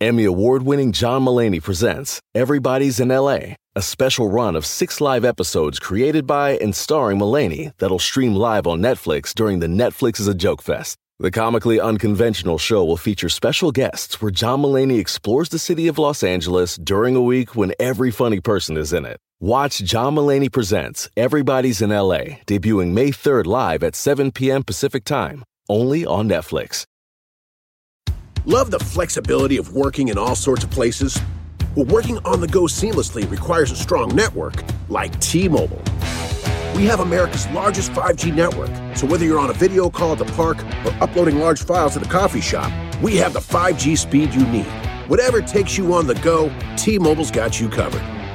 Speaker 24: Emmy award winning John Mullaney presents Everybody's in LA, a special run of six live episodes created by and starring Mullaney that'll stream live on Netflix during the Netflix is a Joke Fest. The comically unconventional show will feature special guests where John Mullaney explores the city of Los Angeles during a week when every funny person is in it. Watch John Mullaney Presents Everybody's in LA, debuting May 3rd live at 7 p.m. Pacific Time, only on Netflix.
Speaker 4: Love the flexibility of working in all sorts of places? Well, working on the go seamlessly requires a strong network like T Mobile. We have America's largest 5G network, so whether you're on a video call at the park or uploading large files at a coffee shop, we have the 5G speed you need. Whatever takes you on the go, T Mobile's got you covered.